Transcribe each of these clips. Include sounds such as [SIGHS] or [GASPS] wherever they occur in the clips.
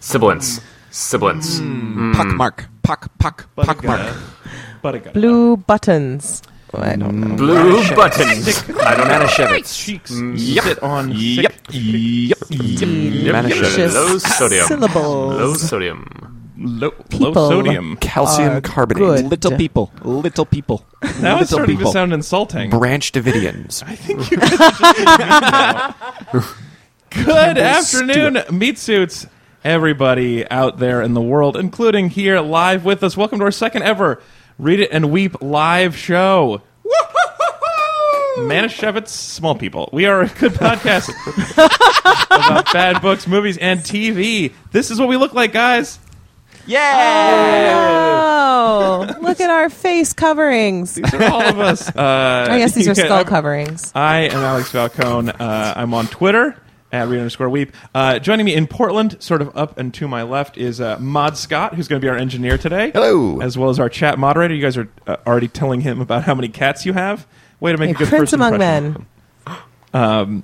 Sibilance. Sibilance. Puck Hmm. mark. Puck, puck, But puck I mark. got it. But I got it. Blue buttons. Oh, I don't know. Blue buttons. [LAUGHS] I don't know. Manischewitz. Cheeks sit on Mm, Yep. sick- Yep. Delicious Low sodium. syllables. Low sodium. low, low People. sodium. Are Calcium carbonate. good. Mm, Little people. Little [LAUGHS] people. Now little it's starting people. to sound insulting. Branch Davidians. [LAUGHS] Good afternoon, meat suits, everybody out there in the world, including here live with us. Welcome to our second ever Read It and Weep live show. Manischewitz, small people. We are a [LAUGHS] good podcast about bad books, movies, and TV. This is what we look like, guys. Oh, look at our face coverings. These are all of us. Uh, I guess these are yeah, skull I'm- coverings. I am Alex Falcone. Uh, I'm on Twitter at read underscore weep. Uh, joining me in Portland, sort of up and to my left, is uh, Mod Scott, who's going to be our engineer today. Hello. As well as our chat moderator. You guys are uh, already telling him about how many cats you have. Way to make A a good prince first among impression. men. Um,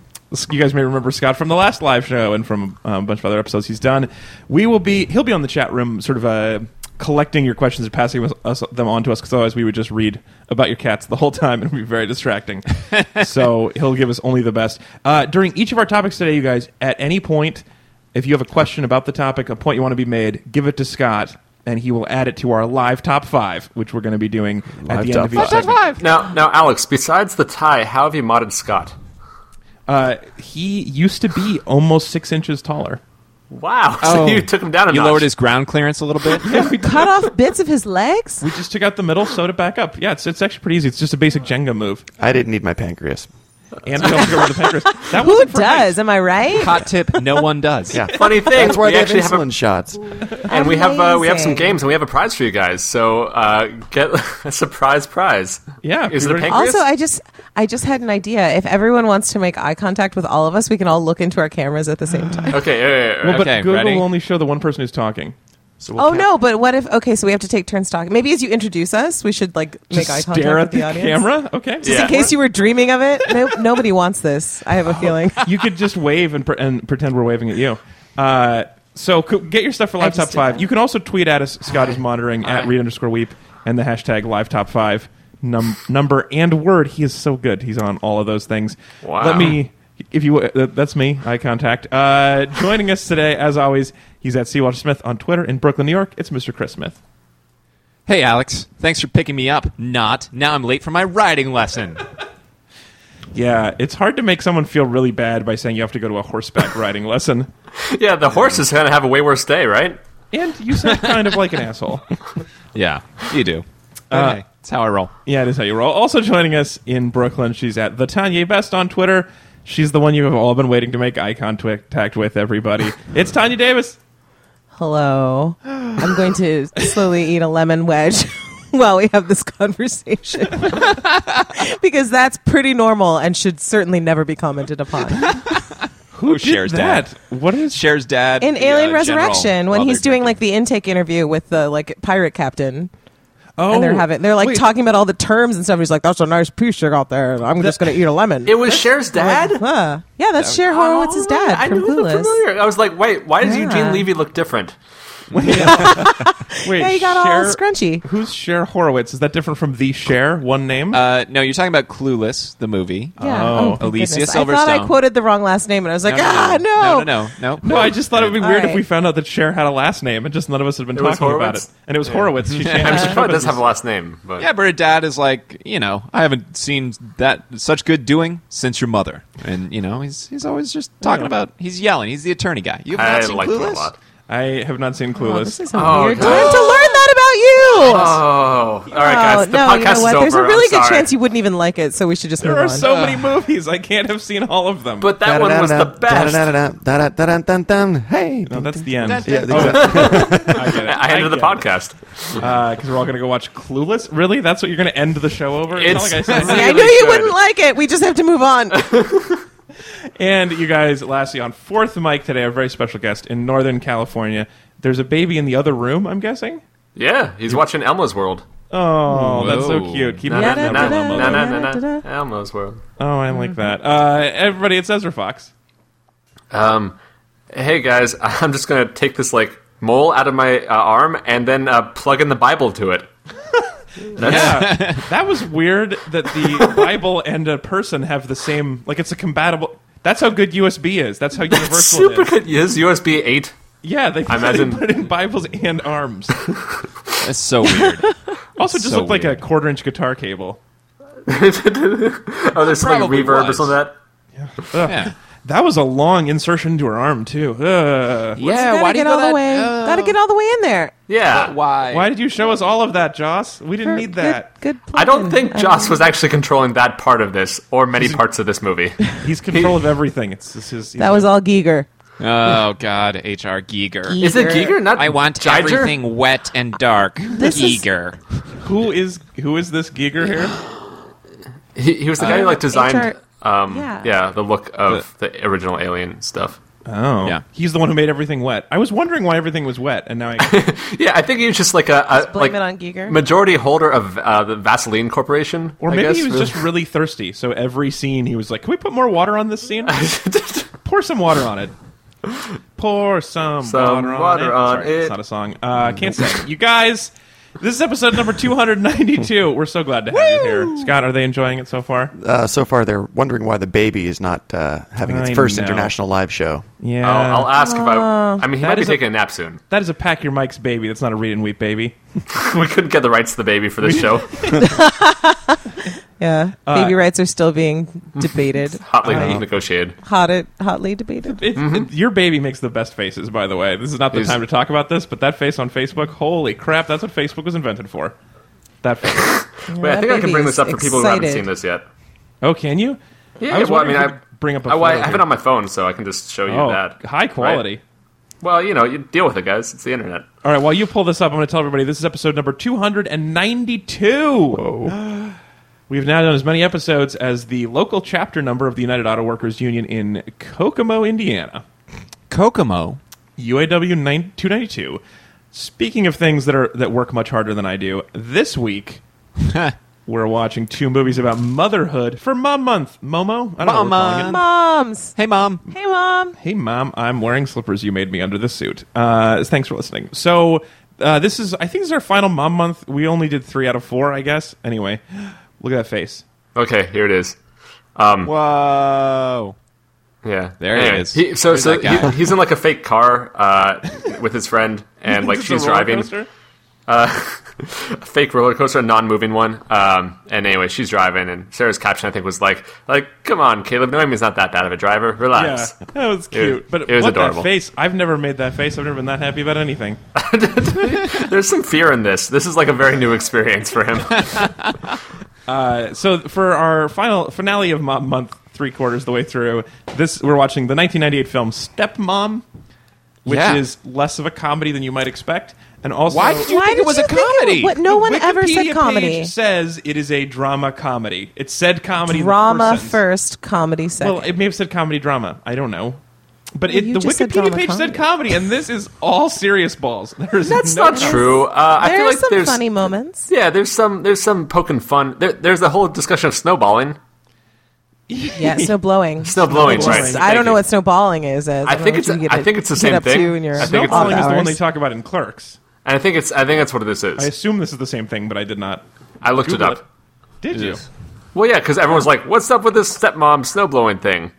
you guys may remember Scott from the last live show and from um, a bunch of other episodes he's done. We will be he'll be on the chat room, sort of uh, collecting your questions and passing us, us, them on to us because otherwise we would just read about your cats the whole time [LAUGHS] and it would be very [LAUGHS] distracting. so he'll give us only the best uh, during each of our topics today. You guys, at any point, if you have a question about the topic, a point you want to be made, give it to Scott. And he will add it to our live top five, which we're going to be doing at Live the end top of each five. segment. Now, now, Alex. Besides the tie, how have you modded Scott? Uh, he used to be almost six inches taller. Wow. [LAUGHS] So you took him down a You notch. lowered his ground clearance a little bit. Cut off bits of his legs? We just took out the middle, sewed it back up. Yeah, it's, it's actually pretty easy. It's just a basic Jenga move. [LAUGHS] I didn't need my pancreas. And we also got rid of the pancreas. That Who wasn't for height. does? Am I right? Hot tip: No one does. [LAUGHS] Yeah. [LAUGHS] Funny thing. That's why we they have actually have, insulin a, shots. and we have uh, we have some Amazing. games and we have a prize for you guys. So uh, get [LAUGHS] a surprise prize. Yeah, Is if it a you're ready- pancreas? Also, I just I just had an idea. If everyone wants to make eye contact with all of us, we can all look into our cameras at the same time. okay. all right, all Well, right. but Okay, Google ready? will only show the one person who's talking. So we'll Oh count. no, but what if okay, so we have to take turns talking. Maybe as you introduce us, we should like make Just eye contact stare with at the, the, audience. camera. Okay. Just In case you were dreaming of it. No, nobody wants this. I have a feeling. you could just wave and, pre- and pretend we're waving at you. Uh, so co- get your stuff for live just top did five. that. You can also tweet at us. Scott is monitoring at read underscore weep and the hashtag live top five num- number and word. He is so good. He's on all of those things. Wow. Let me. If you, uh, that's me. Eye contact. Uh, joining us today, as always, he's at Seawater Smith on Twitter in Brooklyn, New York. It's Mr. Chris Smith. Hey, Alex. Thanks for picking me up. Not. Now I'm late for my riding [LAUGHS] lesson. Yeah, it's hard to make someone feel really bad by saying you have to go to a horseback [LAUGHS] riding lesson. yeah, the horse is going to have a way worse day, right? And you sound kind of like an asshole. Yeah, you do. okay, that's how I roll. Yeah, it is how you roll. Also joining us in Brooklyn, she's at the Tanya Best on Twitter. She's the one you have all been waiting to make eye contact with, everybody. [SIGHS] It's Tanya Davis. Hello. I'm going to slowly eat a lemon wedge [LAUGHS] while we have this conversation. [LAUGHS] because that's pretty normal and should certainly never be commented upon. Who Did that? What is she? Cher's dad In the, Alien uh, general, Resurrection, when while he's they're doing drinking. like the intake interview with the like pirate captain. Oh, and they're having they're like wait. talking about all the terms and stuff. He's like, "That's a nice piece you got there. I'm just going to eat a lemon." It was Cher's dad. Huh. yeah, that's Cher Horowitz's All right, Oh, dad I from knew it looked Clueless. familiar. I was like, wait, why does Yeah. Eugene Levy look different? Oh, Wait, Yeah, he got all Cher- scrunchy. Who's Cher Horowitz? Is that different from the Cher? One name. Uh, no, you're talking about Clueless, the movie. Yeah. Oh, thank Alicia goodness. I Silverstone. thought I quoted the wrong last name, and I was like, "Ah, Uh, no, no, no, no, no, I just thought it would be All weird if right. we found out that Cher had a last name and just none of us had been It was talking about Horowitz? it. And it was Horowitz. [LAUGHS] She changed I mean, her she probably does business. have a last name, but Yeah, but her dad is like, you know, I haven't seen that such good doing since your mother, and you know, he's he's always just talking Yeah. about he's yelling. He's the attorney guy. You've I not seen liked it a Clueless? lot. I have not seen Oh, Clueless. this is a Oh, weird God. time to learn that about you. Oh, all right, guys. The no, podcast you know is what? over. There's a really I'm good sorry. chance you wouldn't even like it, so we should just there move are on. so many movies. I can't have seen all of them. But that one was the best. Da-da-da-da-da-da-da-da-da-da-da-da. Hey. [LAUGHS] no, that's the end. Yeah, exactly. I get it. I ended the get it. podcast. because Uh, we're all going to go watch Clueless. Really? That's what you're going to end the show over? not It's- like I See, said. I really knew you good. wouldn't like it. We just have to move on. and you guys, lastly, on fourth mic today, our very special guest in Northern California. There's a baby in the other room, I'm guessing? Yeah, he's watching Elmo's World. Oh, that's so Whoa. cute. Keep Na it na up. na Da-da-da-da-da-da-da. na na na na na. Elmo's World. Oh, I like that. Uh, everybody, it's Ezra Fox. Um, hey guys, [LAUGHS] I'm just gonna take this like mole out of my uh, arm and then uh, plug in the Bible to [LAUGHS] it. Yeah, that was weird [LAUGHS] that the Bible and a person have the same. Like it's a compatible. That's how good USB is. That's how universal it Super is. good. This USB eight. [LAUGHS] Yeah, they, I imagine- they put in Bibles [LAUGHS] and arms. That's so weird. Also, just So looked like a weird. quarter-inch guitar cable. Oh, there's some like Probably reverb or was. something like that. yeah. That was a long insertion into her arm too. Ugh. yeah. gotta Why do you get go all the that- way. uh, gotta get all the way in there. Yeah. Why? Why did you show us all of that, Joss? We didn't need that. Good. good I don't plug-in. think Joss was actually controlling that part of this or many parts of this movie. He's control of everything. It's, it's his. that was all Giger. Oh God, HR Giger. Is it Giger? Not I want Giger? everything wet and dark. [LAUGHS] This is- Giger. who is who is this Giger here? He, he was the guy who like designed, HR um, Uh, yeah. yeah. the look of the, original Alien stuff. Oh, Yeah. He's the one who made everything wet. I was wondering why everything was wet, and now I, Yeah, I think he was just like a, a Blame like it on Giger. majority holder of uh, the Vaseline Corporation, or I maybe guess. he was just really thirsty. So every scene, he was like, "Can we put more water on this scene? [LAUGHS] Pour some water on it." Pour some, Some water, water on, on it. Sorry, It's it. not a song. Uh, I can't say. You guys, this is episode number 292. We're so glad to have you here. Scott, are they enjoying it so far? Uh, so far, they're wondering why the baby is not uh, having its I first know. international live show. Yeah. I'll, I'll ask if I. I mean, he that might be is a- taking a nap soon. [LAUGHS] That is a pack your mics baby. That's not a read and weep baby. we couldn't get the rights to the baby for this [LAUGHS] show. Yeah, baby rights are still being debated, Hotly negotiated. hot hotly debated. It, it- your baby makes the best faces, by the way. This is not the Is- time to talk about this, but that face on Facebook, holy crap, that's what Facebook was invented for. [LAUGHS] That face. Wait, I that think I can baby bring is this up for people who haven't excited. seen this yet. oh, can you? Yeah, I was well, I wondering mean, I if we could bring up a I, well, I photo have here. it on my phone, so I can just show you Oh, that. high quality. Right? Well, you know, you deal with it, guys. It's the internet. All right, while you pull this up, I'm going to tell everybody this is episode number 292. [GASPS] We've now done as many episodes as the local chapter number of the United Auto Workers Union in Kokomo, Indiana. Kokomo. [LAUGHS] UAW 9- 292. Speaking of things that are that work much harder than I do, this week we're watching two movies about motherhood for Mom Month. Momo, I don't know. what we're calling it. Mama. Moms, Hey, mom. hey mom. Hey, Mom, I'm wearing slippers you made me under this suit. Uh, thanks for listening. So uh, this is, I think, this is our final Mom Month. We only did three out of four, I guess. Anyway, look at that face. Okay, here it is. Whoa. Yeah, There he Anyway, is. He, so, There's so that guy. he, he's in like a fake car uh, with his [LAUGHS] friend, and like Is this she's a roller driving coaster? a fake roller coaster, a non-moving one. Um, and anyway, she's driving, and Sarah's caption I think was like, "Like, come on, Caleb, Noemi's not that bad of a driver. Yeah, Relax." that was cute. but it was what adorable. that face? I've never made that face. I've never been that happy about anything. There's some fear in this. This is like a very new experience for [LAUGHS] him. so for our final finale of Mom Month, three quarters the way through, this we're watching the 1998 film Stepmom, which Yeah. is less of a comedy than you might expect, and also Why did you Why think did it was you a think it- comedy? what- no the one ever said Wikipedia comedy. page says it is a drama comedy. It said comedy in the Drama sentence. first, comedy second. Well, it may have said comedy drama. I don't know. But Well, it, you the just said Wikipedia drama page said comedy. comedy, and this is all serious balls. [LAUGHS] There's That's no not true. Uh, I there feel are like some there's funny moments. [LAUGHS] yeah, there's some there's some poking fun. There, there's the whole discussion of snowballing, Yeah, snow blowing. snow blowing. Snowblowing. Right? Just- I Thank don't know you. what snowballing is. As I don't think know it's what you get I up- think it's the get same up thing. to in your I think it's- Snowballing is the one hours. they talk about in Clerks. And I think it's I think that's what this I is. assume this is the same thing, but I did not. I, looked Google it up. Did you? Well, yeah, because everyone's like, "What's up with this stepmom snowblowing thing?"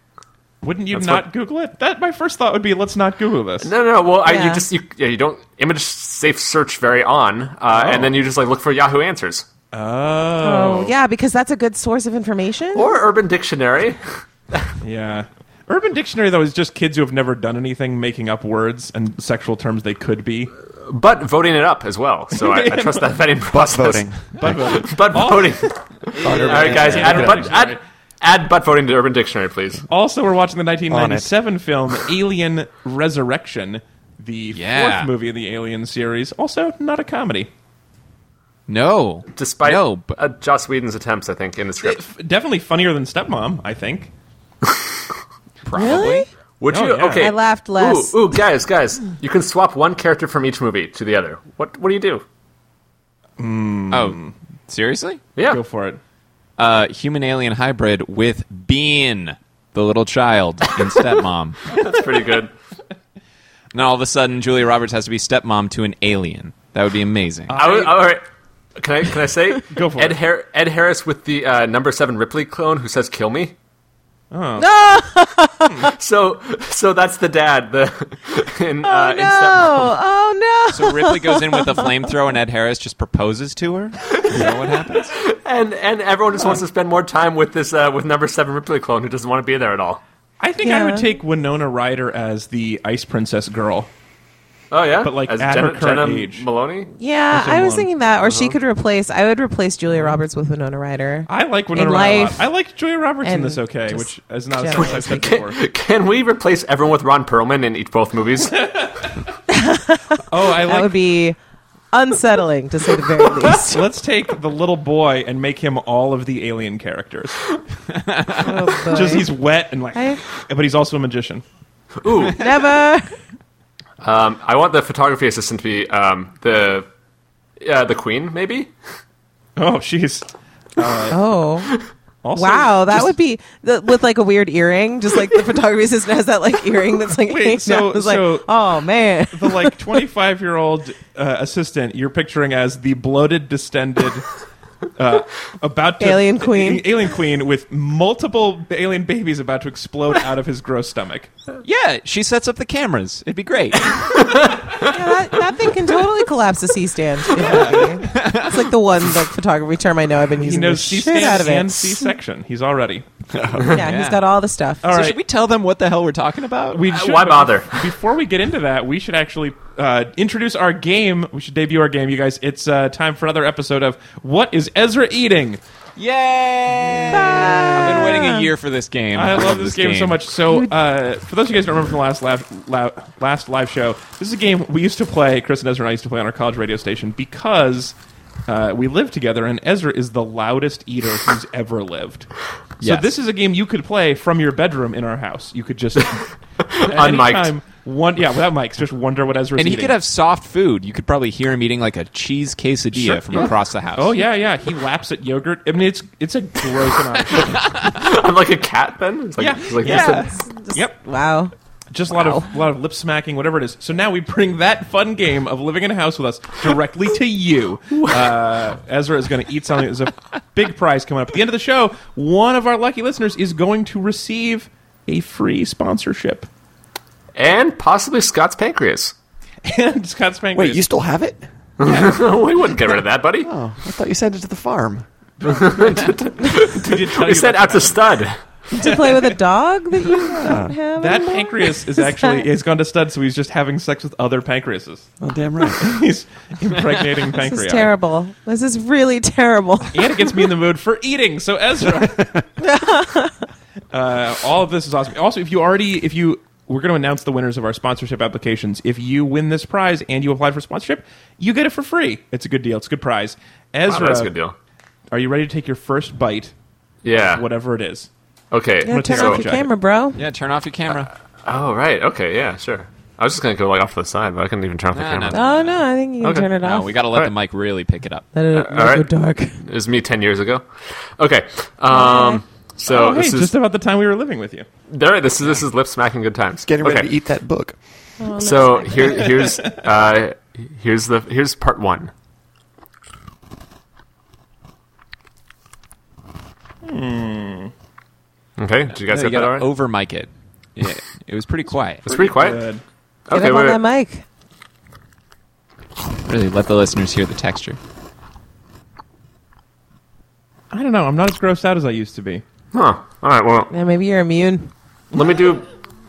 Wouldn't you That's not what- Google it? That my first thought would be, let's not Google this. No, no. no, Well, I, Yeah. you just you, yeah, you don't image safe search very on, uh, and then you just like look for Yahoo Answers Oh, yeah, because that's a good source of information. or Urban Dictionary. Yeah. Urban Dictionary though is just kids who have never done anything making up words and sexual terms they could be. but voting it up as well. So I, I trust that vetting Butt process. voting. But voting. [LAUGHS] Butt voting. All right, guys, Yeah. add, Yeah. butt, add, add butt voting to Urban Dictionary, please. also, we're watching the 1997 film Alien Resurrection, the Yeah. fourth movie in the Alien series. Also, not a comedy. No. Despite no. But uh, Joss Whedon's attempts, I think, in the script. F- Definitely funnier than Stepmom, I think. probably. Really? Would Oh, you? yeah. Okay. I laughed less. Ooh, ooh, guys, guys, you can swap one character from each movie to the other. What? What do you do? Oh, seriously? Yeah. Go for it. Uh, human alien hybrid with Bean. the little child, and [LAUGHS] stepmom. That's pretty good. and all of a sudden, Julia Roberts has to be stepmom to an alien. That would be amazing. Uh, I would, all right. Can I can I say [LAUGHS] Go for Ed, it. Har- Ed Harris with the uh, number seven Ripley clone who says "kill me." Oh. [LAUGHS] so so that's the dad. The [LAUGHS] in, uh, in no! Step- Oh no! so Ripley goes in [LAUGHS] with a flamethrower, and Ed Harris just proposes to her. Is that what happens? and and everyone just wants to spend more time with this uh, with number seven Ripley clone who doesn't want to be there at all. I think I Yeah. would take Winona Ryder as the Ice Princess girl. Oh yeah, But, like, as at Jenna, her current Jenna age. Maloney. yeah, That's a I was one. thinking that, or she could replace. I would replace Julia Roberts with Winona Ryder. I like Winona In Ryder. a lot. life I like Julia Roberts in and this okay, just which is not a generally sentence I've said Can, before. can we replace everyone with Ron Perlman in each both movies? Oh, I That like. would be unsettling to say the very [LAUGHS] least. Let's take the little boy and make him all of the alien characters. Oh, boy. Just he's wet and like, I- but he's also a magician. Ooh, never. um, I want the photography assistant to be um, the uh, the queen, maybe. [LAUGHS] Oh, she's Oh. also Wow, that just- would be the, with like a weird earring. Just like [LAUGHS] the photography assistant has that like earring that's like Wait, hanging so- out. It's so- like, oh man, the like 25 year old uh, assistant you're picturing as the bloated distended uh, about to Alien queen. alien queen with multiple alien babies about to explode out of his gross stomach Yeah, she sets up the cameras. It'd be [LAUGHS] great. [LAUGHS] Yeah, that, that thing can totally collapse a C stand. if you need. It's like the one like photography term I know I've been he using the knows c-span shit out of and it. c-section he's already [LAUGHS] yeah, Yeah. he's got all the stuff. all so right should we tell them what the hell we're talking about? we Uh, should, why but bother? bef- Before we get into that, we should actually uh, introduce our game. We should debut our game, you guys. It's uh, time for another episode of What is Ezra Eating? Yay! I've been waiting a year for this game. I love this game, so much. So, uh, for those of you guys who don't remember from the last live, la- last live show, this is a game we used to play. Chris and Ezra and I used to play on our college radio station because uh, we lived together, and Ezra is the loudest eater who's ever lived. So, Yes. this is a game you could play from your bedroom in our house. You could just unmiked. Unmiked. one, yeah, without mics, just wonder what Ezra's And he eating. could have soft food. You could probably hear him eating like a cheese quesadilla Sure. from across the house. Oh yeah, yeah. He laps at yogurt. I mean, it's it's a gross amount. Of sugar. I'm like a cat then. It's like, Yeah, it's like yeah. Just- Yep. Wow. just a lot of a lot of lip smacking, whatever it is. So now we bring that fun game of living in a house with us directly to you. Uh, Ezra is going to eat something. There's a big prize coming up at the end of the show. One of our lucky listeners is going to receive a free sponsorship [LAUGHS] and possibly Scott's pancreas. [LAUGHS] and Scott's Pancreas. Wait, you still have it? we wouldn't get rid of that, buddy. Oh, I thought you sent it to the farm. we [LAUGHS] did tell we you sent that, out to stud. [LAUGHS] To play with a dog that [LAUGHS] you don't have. that anymore? pancreas is actually he's gone to stud, so he's just having sex with other pancreases. Oh, damn right. [LAUGHS] He's impregnating This pancreas. is terrible. This is really [LAUGHS] terrible. and it gets me in the mood for eating. So Ezra, uh, all of this is awesome. Also, if you already, if you, we're going to announce the winners of our sponsorship applications. If you win this prize and you apply for sponsorship, you get it for free. It's a good deal. It's a good prize. Oh, Ezra, that's a good deal. are you ready to take your first bite, Yeah. whatever it is? Okay. Yeah, turn take off off your jacket. camera, bro. Yeah, turn off your camera. Oh right. Okay. Yeah. Sure. I was just gonna go like off to the side, but I couldn't even turn off the No, camera. no, Oh no, I think you can Okay. turn it no, off. we got to let All the mic really pick it up. Let it all let it right. go dark. It was me ten years ago. Okay. Um. So Oh, hey, this is just about the time we were living with you. all right. This is this is lip smacking good times. Getting ready okay. to eat that book. So here [LAUGHS] here's uh here's the here's part one. Okay. Did you guys No, Hmm. you get that? gotta All right. over mic it. Yeah, it uh, was pretty quiet. it's pretty quiet. Good. Get Okay. up wait, wait. on that mic. [LAUGHS] Really, let the listeners hear the texture. I don't know. I'm not as grossed out as I used to be. Huh. All right. Well, Yeah, maybe you're immune. let me do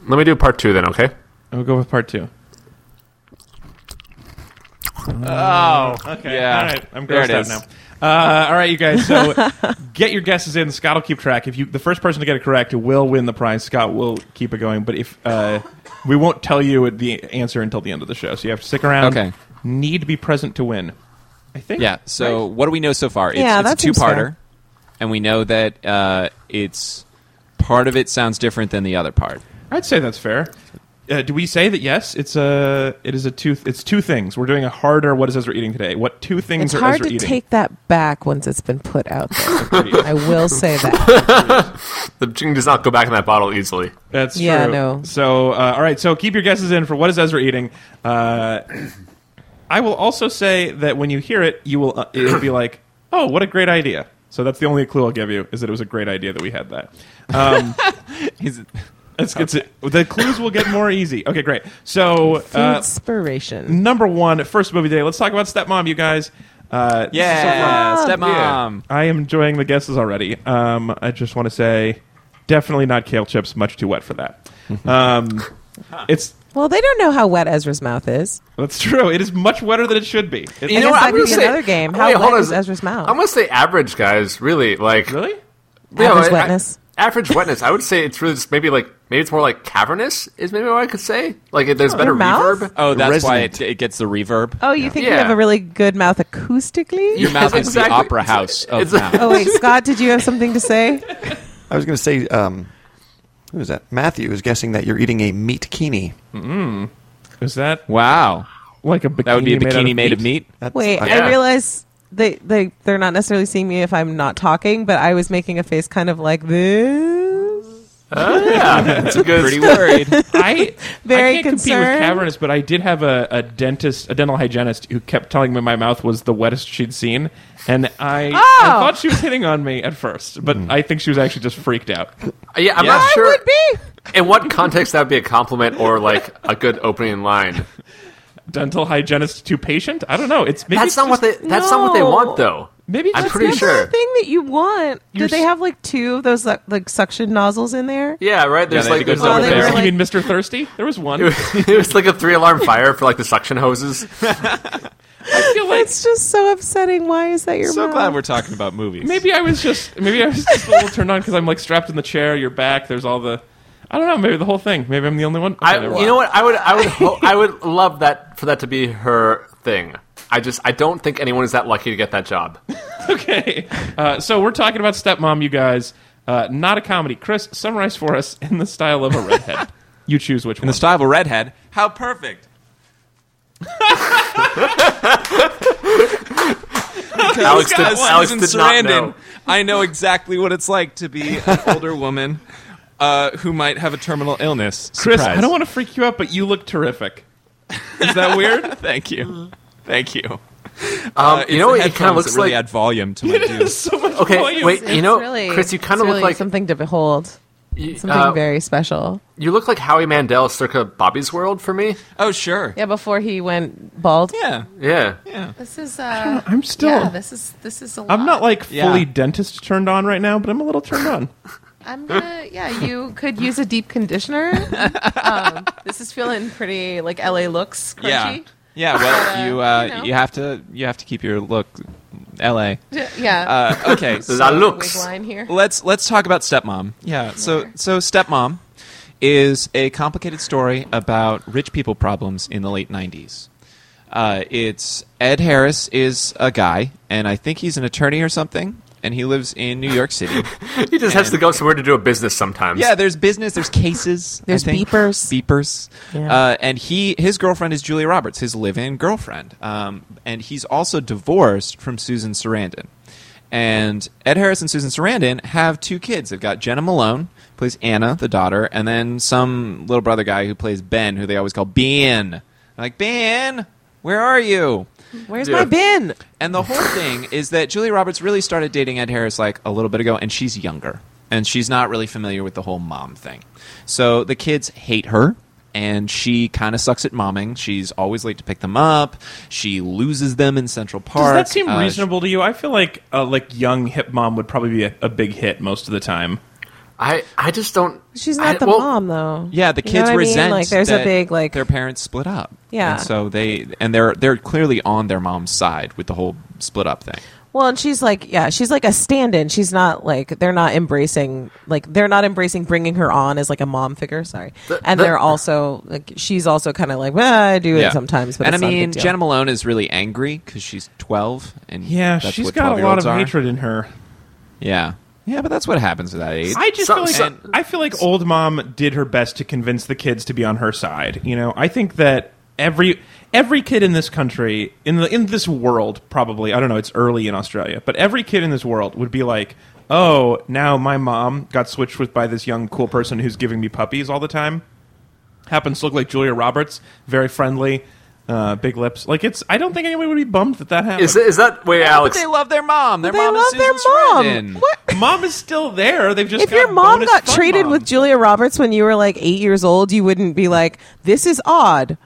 let me do part two then. Okay. I'll go with part two. Oh, Okay. Yeah. All right. I'm There grossed it out is. now. Uh, all right, you guys. So [LAUGHS] get your guesses in. Scott will keep track. If you, the first person to get it correct will win the prize. Scott will keep it going. But if uh, we won't tell you the answer until the end of the show, so you have to stick around. Okay. Need to be present to win. I think. Yeah. So what do we know so far? It's, Yeah, it's that a seems two-parter, fair. and we know that uh, it's part of it sounds different than the other part. I'd say that's fair. Uh, do we say that yes? It's a it is a two it's two things. We're doing a harder what is Ezra eating today? What two things It's are hard Ezra to eating? take that back once it's been put out there. I will say that. The chicken does not go back in that bottle easily. That's Yeah, true. no. So, uh, all right. So, keep your guesses in for what is Ezra eating. Uh, I will also say that when you hear it, you will uh, it'll be like, "Oh, what a great idea." So that's the only clue I'll give you is that it was a great idea that we had that. Um, [LAUGHS] He's it's, it's, the clues will get more easy. Okay, great. So, uh, Inspiration. number one, first movie today. Let's talk about Stepmom, you guys. Uh, this is so fun. yeah, fun. stepmom. I am enjoying the guesses already. Um, I just want to say, definitely not kale chips. Much too wet for that. um, it's Well, they don't know how wet Ezra's mouth is. that's true. It is much wetter than it should be. It- I guess that gonna could be another game. I'm How gonna- wet hold on is a- Ezra's mouth? I'm gonna say average, guys. Really, like really? Yeah, Average I- I- wetness. average wetness. I would say it's really just maybe like maybe it's more like cavernous is maybe what I could say. Like it, there's better Your mouth? reverb. Oh, that's why Resonant. it, it gets the reverb. Oh, you think you Yeah. have a really good mouth [LAUGHS] acoustically? Your mouth is the exactly. opera house of It's- mouth. Oh wait, Scott, did you have something to say? I was going to say, um, who was that? Matthew is guessing that you're eating a meat kini. Is that Wow, like a bikini? that would be a bikini made, out of meat. That's- Wait, I- Yeah. I realize they they they're not necessarily seeing me if I'm not talking, but I was making a face kind of like this. yeah, it's a good. Pretty [LAUGHS] worried. I Very I can't compete with concerned. cavernous, but I did have a, a dentist, a dental hygienist, who kept telling me my mouth was the wettest she'd seen, and I, I Oh. thought she was hitting on me at first, but I think she was actually just freaked out. [LAUGHS] yeah, I'm Yeah. not I sure. would be. In what context that would be a compliment or like a good opening line? Dental hygienist to patient? I don't know. It's maybe That's it's not what just- they. That's not what they No. want though. Maybe it's I'm just pretty That's sure. the thing that you want. You're Did they s- have like two of those like, like suction nozzles in there? Yeah, right. There's they had like to go there's somewhere over They were there. like- you mean Mr. Thirsty? There was one. I [LAUGHS] it was like a three alarm fire for like the suction hoses. [LAUGHS] feel like [LAUGHS] It's just so upsetting. Why is that your so mouth? glad we're talking about movies. maybe I was just maybe I was just a little turned on because I'm like strapped in the chair. Your back. There's all the. I don't know. Maybe the whole thing. Maybe I'm the only one. I, Okay, you know what? I would, [LAUGHS] I would, ho- I would love that for that to be her thing. I just, I don't think anyone is that lucky to get that job. [LAUGHS] Okay. Uh, so we're talking about Stepmom, you guys. Uh, not a comedy. Chris, summarize for us in the style of a redhead. you choose which in one. the style of a redhead. How perfect. Alex did- Because Alex Susan did not Sarandon, know. I know exactly what it's like to be an older woman uh, who might have a terminal illness. Chris, Surprise. I don't want to freak you out, but you look terrific. Is that weird? Thank you. Thank you. Uh, Um, It's you know, the it kind headphones of looks that really like. add volume [LAUGHS] to my There's juice. so much Okay, volume. wait. You It's know, really- Chris, you kind it's of really look like something to behold, you, something uh, very special. you look like Howie Mandel circa Bobby's World for me. Oh sure. Yeah, before he went bald. Yeah. [LAUGHS] Yeah, Yeah. This is. Uh, I'm still- Yeah, this is. This is a lot. I'm not like Yeah. fully dentist turned on right now, but I'm a little turned on. I'm gonna. Yeah, [LAUGHS] you could use a deep. Deep conditioner. um, this is feeling pretty like LA looks Yeah. crunchy. Yeah. Well, you uh, you, you know. have to you have to keep your look, L.A. Yeah. Uh, okay. so- that looks. line here. let's let's talk about stepmom. Yeah. So so stepmom is a complicated story about rich people problems in the late '90s. Uh, it's Ed Harris is a guy, and I think he's an attorney or something, and he lives in New York City. He just has to go somewhere to do a business sometimes. yeah, there's business, there's cases, I There's think. beepers. beepers. Yeah. Uh, and he his girlfriend is Julia Roberts, his live-in girlfriend, um, and he's also divorced from Susan Sarandon. And Ed Harris and Susan Sarandon have two kids. They've got Jenna Malone, who plays Anna, the daughter, and then some little brother guy who plays Ben, who they always call Ben. They're Like Ben, where are you? Where's Yeah. my bin? And the whole thing is that Julia Roberts really started dating Ed Harris like a little bit ago, and she's younger. And she's not really familiar with the whole mom thing. So the kids hate her, and she kind of sucks at momming. She's always late to pick them up. She loses them in Central Does Park. that seem Uh, reasonable to you? I feel like a like young hip mom would probably be a, a big hit most of the time. I, I just don't. She's I- not the well, mom though. Yeah, the You know kids what I mean? resent. Like there's a that big like their parents split up. Yeah. and so they and they're they're clearly on their mom's side with the whole split up thing. Well, and she's like, yeah, she's like a stand-in. She's not like they're not embracing like they're not embracing bringing her on as like a mom figure. Sorry, and the- they're also like she's also kind of like, well, I do it sometimes, but and it's I not a big mean, deal." Jenna Malone is really angry because she's twelve, and Yeah, that's she's what got a lot 12-year-olds of are. hatred in her. Yeah. Yeah, but that's what happens at that age. I just Some- feel like some- I feel like old mom did her best to convince the kids to be on her side. You know, I think that every every kid in this country in the in this world probably I don't know it's early in Australia, but every kid in this world would be like, "Oh, now my mom got switched with by this young cool person who's giving me puppies all the time." Happens to look like Julia Roberts, very friendly, uh, big lips. Like it's I don't think anyone would be bummed that that happened. Is, is that wait, Alex? they love their mom. Their They mom love is their Susan mom. Sarandon. What? mom is still there. They've just if your got mom bonus got fun treated mom. with Julia Roberts when you were like eight years old, you wouldn't be like, "This is odd."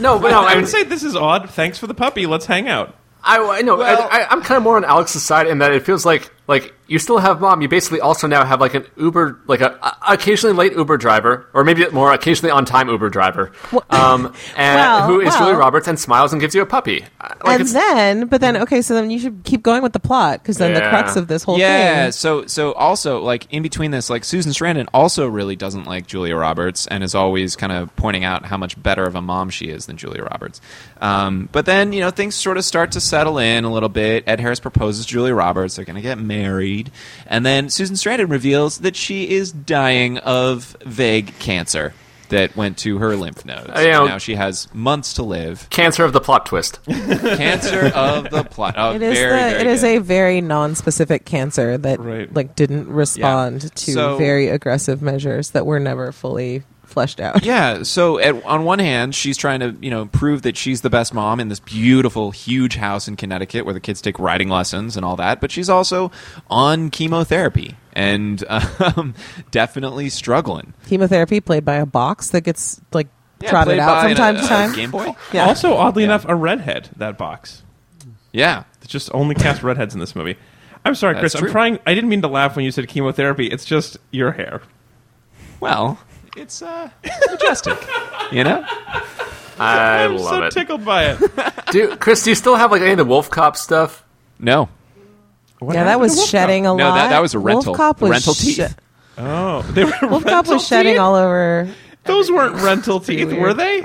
No, but no, I I [LAUGHS] mean, would say this is odd. Thanks for the puppy. Let's hang out. I, I know. Well- I, I, I'm kind of more on Alex's side in that it feels like like you still have mom. You basically also now have like an Uber, like a, a- occasionally late Uber driver, or maybe more occasionally on time Uber driver, [LAUGHS] um, and Well, who is Julie well. Roberts and smiles and gives you a puppy. Uh, Like and it's, then, but then, okay, so then you should keep going with the plot because then the Yeah. crux of this whole yeah. thing. So so also like in between this, like Susan Sarandon also really doesn't like Julia Roberts and is always kind of pointing out how much better of a mom she is than Julia Roberts. Um, but then you know things sort of start to settle in a little bit. Ed Harris proposes to Julia Roberts. They're going to get married, and then Susan Sarandon reveals that she is dying of vague cancer that went to her lymph nodes. I know. Now she has months to live. cancer of the plot [LAUGHS] twist. cancer of the plot. Oh, It is very, the, very it is good. a very non-specific cancer that Right. like didn't respond to So- very aggressive measures that were never fully fleshed out. Yeah. So at, on one hand, she's trying to you know prove that she's the best mom in this beautiful, huge house in Connecticut where the kids take riding lessons and all that, but she's also on chemotherapy and [LAUGHS] um, definitely struggling. Chemotherapy played by a box that gets like Yeah, trotted played out by from an- time a- to a time. Game Boy. Yeah. Also, oddly Yeah. enough, a redhead. That box. Yeah. It's just only cast redheads in this movie. I'm sorry, That's Chris. true. I'm trying. I didn't mean to laugh when you said chemotherapy. It's just your hair. Well, it's uh, majestic. you know. I I'm love so it. tickled by it. Do Chris? Do you still have like any of the Wolf Cop stuff? No. What yeah, that happened to was Wolf shedding a No, lot. that, that was a rental. Wolf Cop The was rental sh- teeth. Cop? Oh, they were. Wolf rental Cop was shedding teeth? all [LAUGHS] over. Those weren't rental teeth, weird. were they?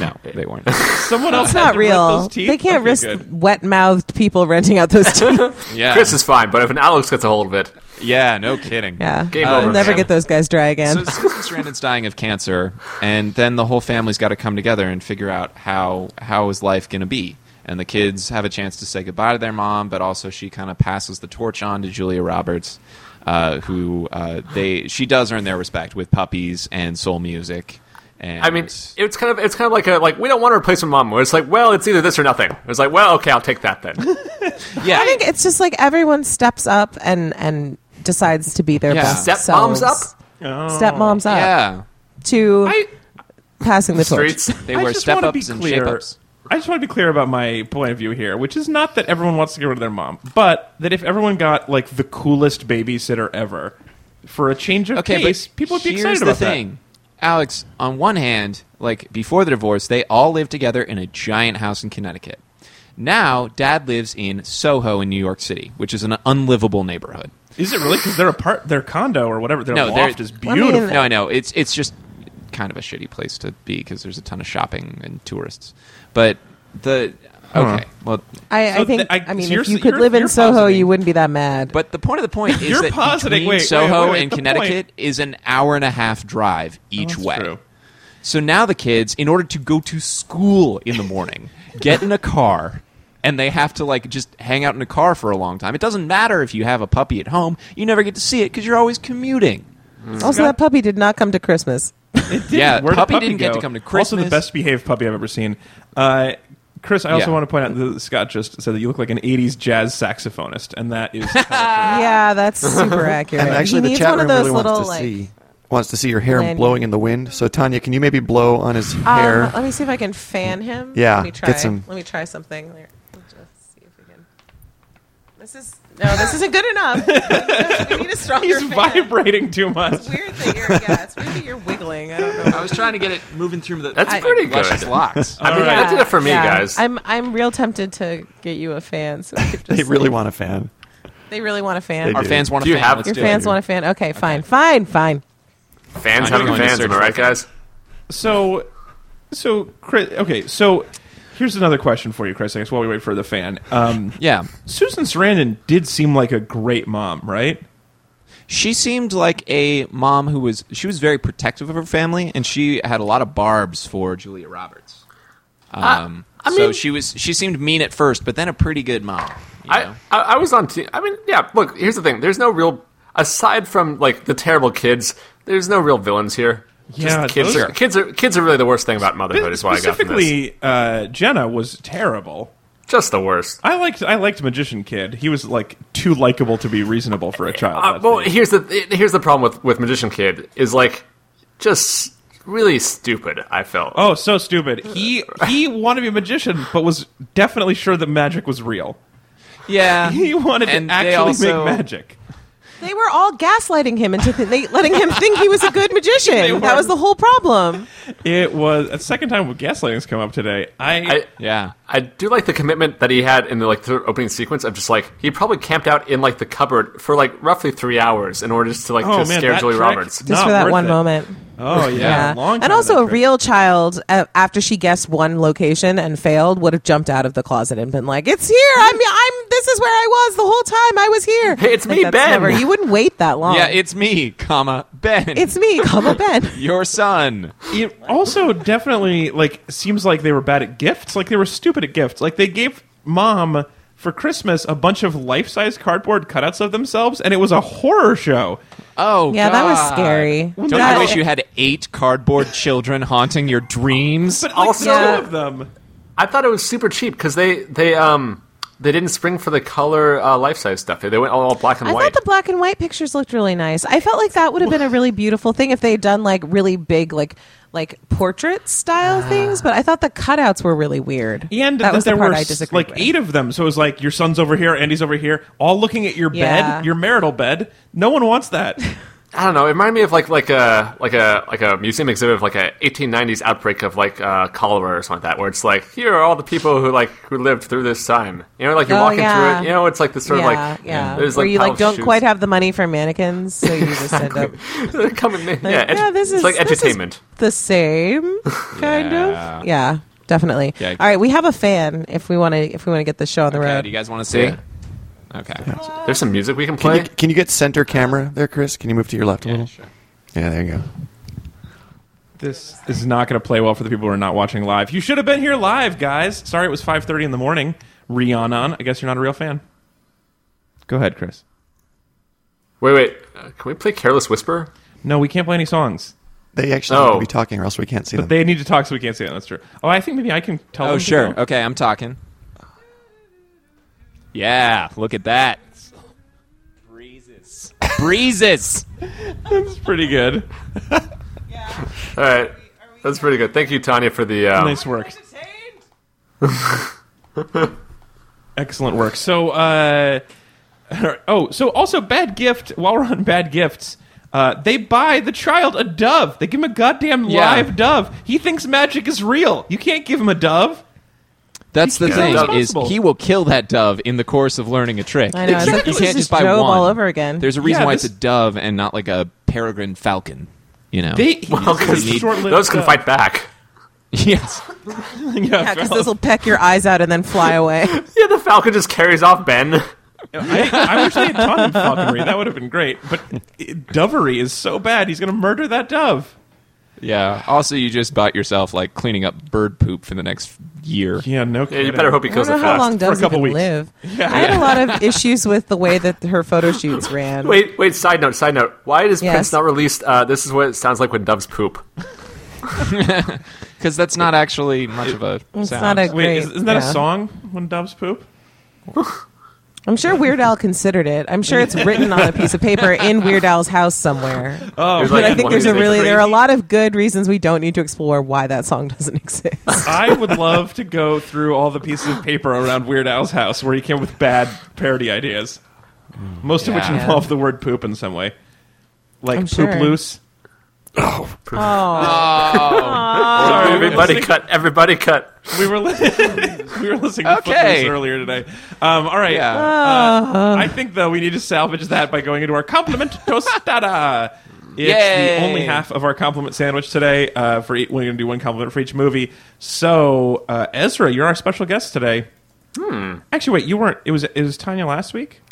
No, they [LAUGHS] weren't. Someone else. It's had not to rent real. Those teeth? They can't Okay, risk good. wet-mouthed people renting [LAUGHS] out those teeth. Yeah. Chris is fine, but if an Alex gets a hold of it, yeah. No kidding. yeah, Game I'll over, never man. get those guys dry So again. Susan Sarandon's dying of cancer, and then the whole family's got to come together and figure out how how is life going to be. And the kids have a chance to say goodbye to their mom, but also she kind of passes the torch on to Julia Roberts, uh, who uh, they she does earn their respect with puppies and soul music. And I mean, it's kind of it's kind of like a like we don't want to replace a mom. Where it's like, well, it's either this or nothing. It's like, well, okay, I'll take that then. yeah, I think it's just like everyone steps up and and decides to be their Yeah. best Stepmoms selves. Oh. Stepmoms up yeah, to I, passing the torch. Streets. they I wear just step wanna be ups and shape clear- ups. I just want to be clear about my point of view here, which is not that everyone wants to get rid of their mom, but that if everyone got like the coolest babysitter ever for a change of Okay, pace, but people would be here's excited the about thing. Alex, on one hand, like before the divorce, they all lived together in a giant house in Connecticut. Now, Dad lives in Soho in New York City, which is an unlivable neighborhood. that. Is it really because their apart, their condo or whatever, their No, they're- loft is I mean- beautiful. No, I know it's it's just kind of a shitty place to be because there's a ton of shopping and tourists. But the okay, well, I, I So think. th- I- I mean, so you're- if you could you're- live in you're Soho, positing- you wouldn't be that mad. but the point of the point is [LAUGHS] You're that positing- between wait, wait, Soho wait, wait, and the Oh, Connecticut is an hour and a half drive each That's way. true. So now the kids, in order to go to school in the [LAUGHS] morning, get in a car and they have to like just hang out in a car for a long time. It doesn't matter if you have a puppy at home, you never get to see it because you're always commuting. also, that puppy did not come to Christmas. It didn't. Yeah, Where'd the puppy didn't get go? to come to Also, Christmas. the best behaved puppy I've ever seen. Uh, Chris, I also Yeah. want to point out that Scott just said that you look like an '80s jazz saxophonist, and that is kind [LAUGHS] of true. [LAUGHS] yeah, that's super accurate. And actually, he the needs chat one room of those really little wants to like. see wants to see your hair lanyard. blowing in the wind. So Tanya, can you maybe blow on his Um, hair? let me see if I can fan him. Yeah, Let me get try. some- Let me try something. Here, let me just see if we can. This is no. This isn't good enough. [LAUGHS] We need a- we need a stronger. He's fan. vibrating too much. It's weird that you're. Yeah, it's weird that you're wiggling. I don't know. I was trying to get it moving through the That's like, pretty luscious good. locks. [LAUGHS] I mean, All right. that did it for me, Yeah. guys. I'm I'm real tempted to get you a fan. So we could just, they really want a fan. They really want a fan. They Our do. fans want to Do you have- Your fans want a fan. Okay, fine, fine, fine. fans I'm having going to fans, search am I for right, guys? So, so Chris. Okay, so here's another question for you, Chris. I guess while we wait for the fan, um, Yeah. Susan Sarandon did seem like a great mom, right? she seemed like a mom who was she was very protective of her family, and she had a lot of barbs for Julia Roberts. Um, I so mean- she was she seemed mean at first, but then a pretty good mom. [LAUGHS] you know? I, I I was on team. I mean, yeah. Look, here's the thing. There's no real aside from like the terrible kids. There's no real villains here. Yeah, Just kids those- are kids are kids are really the worst thing about motherhood. Is why I got from this. Specifically, uh, Jenna was terrible. Just the worst. I liked I liked Magician Kid. He was like too likable to be reasonable for a child. Uh, that's well, the- here's the here's the problem with with Magician Kid is like just really stupid. I felt. oh, so stupid. He he wanted to be a magician, but was definitely sure that magic was real. yeah, He wanted And they to actually also- make magic. They were all gaslighting him into th- they, letting him think he was a good magician. That was the whole problem. It was the second time gaslighting's come up today. I, I, Yeah, I do like the commitment that he had in the like the opening sequence of just like he probably camped out in like the cupboard for like roughly three hours in order just to like oh to man, scare that Julie track- Roberts. Just not for that worth one it. moment. Oh yeah, long time and also, that a track. real child, uh, after she guessed one location and failed, would have jumped out of the closet and been like, "It's here! I'm, I'm. This is where I was the whole time. I was here. Hey, it's Like, me, that's Ben. never- you wouldn't wait that long. yeah, it's me, comma Ben. it's me, comma Ben. [LAUGHS] your son. It also definitely like seems like they were bad at gifts. Like they were stupid at gifts. Like they gave mom for Christmas a bunch of life-size cardboard cutouts of themselves, and it was a horror show. Oh, Yeah, that was God. scary. Don't That- you wish you had eight cardboard children haunting your dreams? But like Also- two Yeah. of them. I thought it was super cheap because they they um they didn't spring for the color uh, life size stuff. They went all black and I white. thought the black and white pictures looked really nice. I felt like that would have been a really beautiful thing if they had done like really big like like portrait style things, but I thought the cutouts were really weird. And that th- was the there part were I s- disagreed like with. eight of them. So it was like your son's over here, Andy's over here, all looking at your Yeah. bed, your marital bed. No one wants that. I don't know. It reminded me of like like a like a like a museum exhibit of like a 1890s outbreak of like uh, cholera or something like that, where it's like here are all the people who like who lived through this time. You know, like you're Oh, walking yeah. through it. You know, it's like this sort yeah, of like yeah. There's Where like you like piles of don't shoes. quite have the money for mannequins, so [LAUGHS] you just end up coming. in. yeah, yeah, ent- this is it's like this is entertainment. the same kind Yeah. of. Yeah, definitely. Yeah. All right, we have a fan if we want to if we want to get this show on the Okay, road. do you guys want to see? it? Okay. There's some music we can Can play. you, can you get center camera there, Chris? Can you move to your left a little? Yeah, there you go. this is not going to play well for the people who are not watching live. You should have been here live, guys. Sorry, it was five thirty in the morning. Rihanna, I guess you're not a real fan. Go ahead, Chris. Wait, wait. Uh, can we play Careless Whisper? No, we can't play any songs. They actually Oh. need to be talking, or else we can't see them. They need to talk, so we can't see it. That's true. Oh, I think maybe I can tell. Oh, them to sure. go. Okay, I'm talking. Yeah, look at that. Breezes. Breezes. That's pretty good. All right. That's pretty good. Thank you, Tanya, for the. Um, Nice work. Excellent work. So, uh, [LAUGHS] oh, so also bad gift. While we're on bad gifts, uh, they buy the child a dove. They give him a goddamn Yeah. live dove. He thinks magic is real. You can't give him a dove. [LAUGHS] That's the Yeah. thing Yeah. is he will kill that dove in the course of learning a trick. I know, it's You like- can't this is just, just buy Job one. all over again. There's a reason Yeah, why this- it's a dove and not like a peregrine falcon. You know. They he [LAUGHS] well, 'cause it's a short-lived those can dove. fight back. [LAUGHS] yes. Yeah, Phil. because [LAUGHS] this will peck your eyes out and then fly away. Yeah, the falcon just carries off Ben. [LAUGHS] I, I wish they had taught [LAUGHS] him falconry. That would have been great. But it- dovery is so bad. He's going to murder that dove. Yeah. Also, you just bought yourself like cleaning up bird poop for the next year. Yeah, no. Yeah, you better hope he I don't kills know it how fast. long doves for a couple even weeks. live. I had a lot [LAUGHS] of issues with the way that her photo shoots ran. Wait, wait. Side note. Side note. Why is Yes. Prince not released? Uh, this is what it sounds like when doves poop. Because that's not actually much of a it's sound. not a Wait, great. is, isn't that yeah. a song when doves poop? I'm sure Weird Al considered it. I'm sure it's written on a piece of paper in Weird Al's house somewhere. Oh, It was but like I think [LAUGHS] one of there's a these really things. there are a lot of good reasons we don't need to explore why that song [LAUGHS] doesn't exist. I would love to go through all the pieces of paper around Weird Al's house where he came up with bad parody ideas, most of which Yeah. involve the word poop in some way, like I'm poop sure. loose. oh, Sorry, we were Everybody listening- cut. Everybody cut. We were li- [LAUGHS] we were listening to Okay. Footloose earlier today. Um, all right. Yeah. Ah. Uh, I think though we need to salvage that by going into our compliment tostada. It's Yay. the only half of our compliment sandwich today. Uh, for each, we're going to do one compliment for each movie. So uh, Ezra, you're our special guest today. Hmm. Actually, wait, you weren't. It was it was Tanya last week.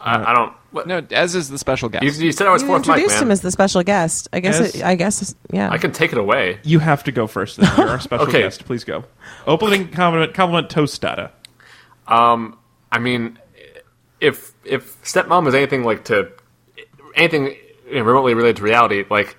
I, I don't. What, No, as is the special guest. you, you said I was Uh, You fourth mic, introduced him man. as the special guest. I guess. As- It, I guess. it's- Yeah. I can take it away. You have to go first. Then you're our special Okay. guest. Please go. Opening compliment. Compliment tostata. I mean, if if stepmom is anything like to anything you know, remotely related to reality, like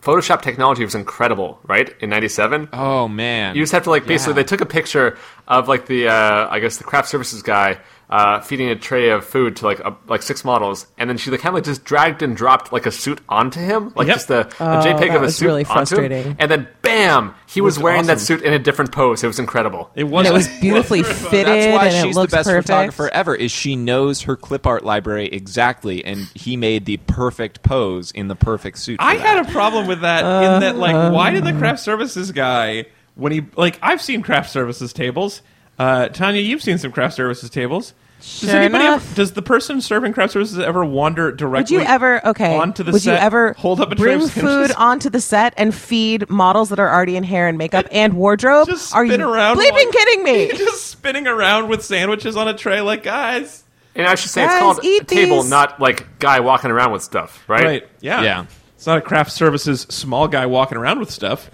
Photoshop technology was incredible, right? In '97, Uh-huh. oh man, you just have to like basically they took a picture of like the uh, I guess the craft services guy uh, feeding a tray of food to like a, like six models, and then she like kind of like just dragged and dropped like a suit onto him, like Yep. just the, the Oh, JPEG that of a was suit really onto frustrating. him, and then bam, he was Looked wearing that awesome. suit in a different pose. It was incredible. It and was. [LAUGHS] it was beautifully fitted, That's why and she's it the looks best perfect. photographer ever. Is she knows her clip art library exactly, and he made the perfect pose in the perfect suit. for I that. had a problem with that in that like why did the craft services guy when he like I've seen craft services tables. Uh, Tanya, you've seen some craft services tables. Does Sure enough. ever, does the person serving craft services ever wander Would directly you ever okay? onto the would set you ever hold up a tray bring of sandwiches? food onto the set and feed models that are already in hair [LAUGHS] and makeup and wardrobe? just are spin you around bleeping while- [LAUGHS] kidding me? just spinning around with sandwiches on a tray like guys And I should say Guys, it's called eat a table, these. not like guy walking around with stuff, right? right yeah Yeah. it's not a craft services small guy walking around with stuff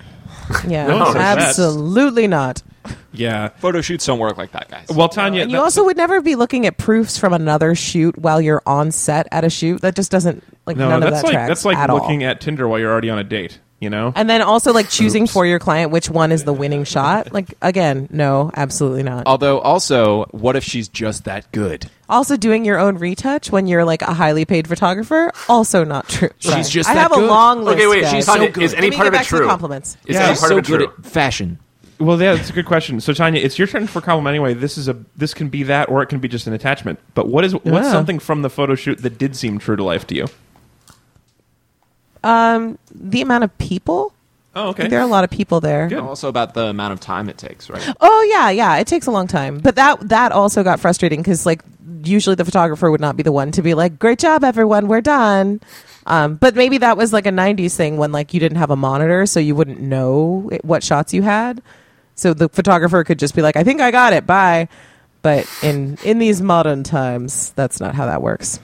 Yeah, No one says that. absolutely not. yeah photo shoots don't work like that, guys. well Tanya And Uh, you that- also would never be looking at proofs from another shoot while you're on set at a shoot. That just doesn't like no none that's of that like tracks that's like at looking all. at Tinder while you're already on a date you know and then [LAUGHS] also like choosing for your client which one is the winning shot. Like again, no, absolutely not. although also, what if she's just that good? Also, doing your own retouch when you're like a highly paid photographer, also not true. Right. just I that have a good. long list. Okay, wait. guys. She's So Tanya, good. is any Let me part get of it back to the true? compliments. Is Yeah. any She's part so of it good true? at fashion. Well, yeah, that's a good question. So, Tanya, it's your turn for compliment anyway. This is a this can be that, or it can be just an attachment. But what is what's Yeah. something from the photo shoot that did seem true to life to you? The amount of people. Oh, okay. There are a lot of people there. Good. Also about the amount of time it takes, right? Oh yeah, yeah. It takes a long time, but that that also got frustrating because like usually the photographer would not be the one to be like, "Great job, everyone, we're done." Um, but maybe that was like a '90s thing when like you didn't have a monitor, so you wouldn't know it- what shots you had. So the photographer could just be like, "I think I got it, bye." But in in these modern times, that's not how that works.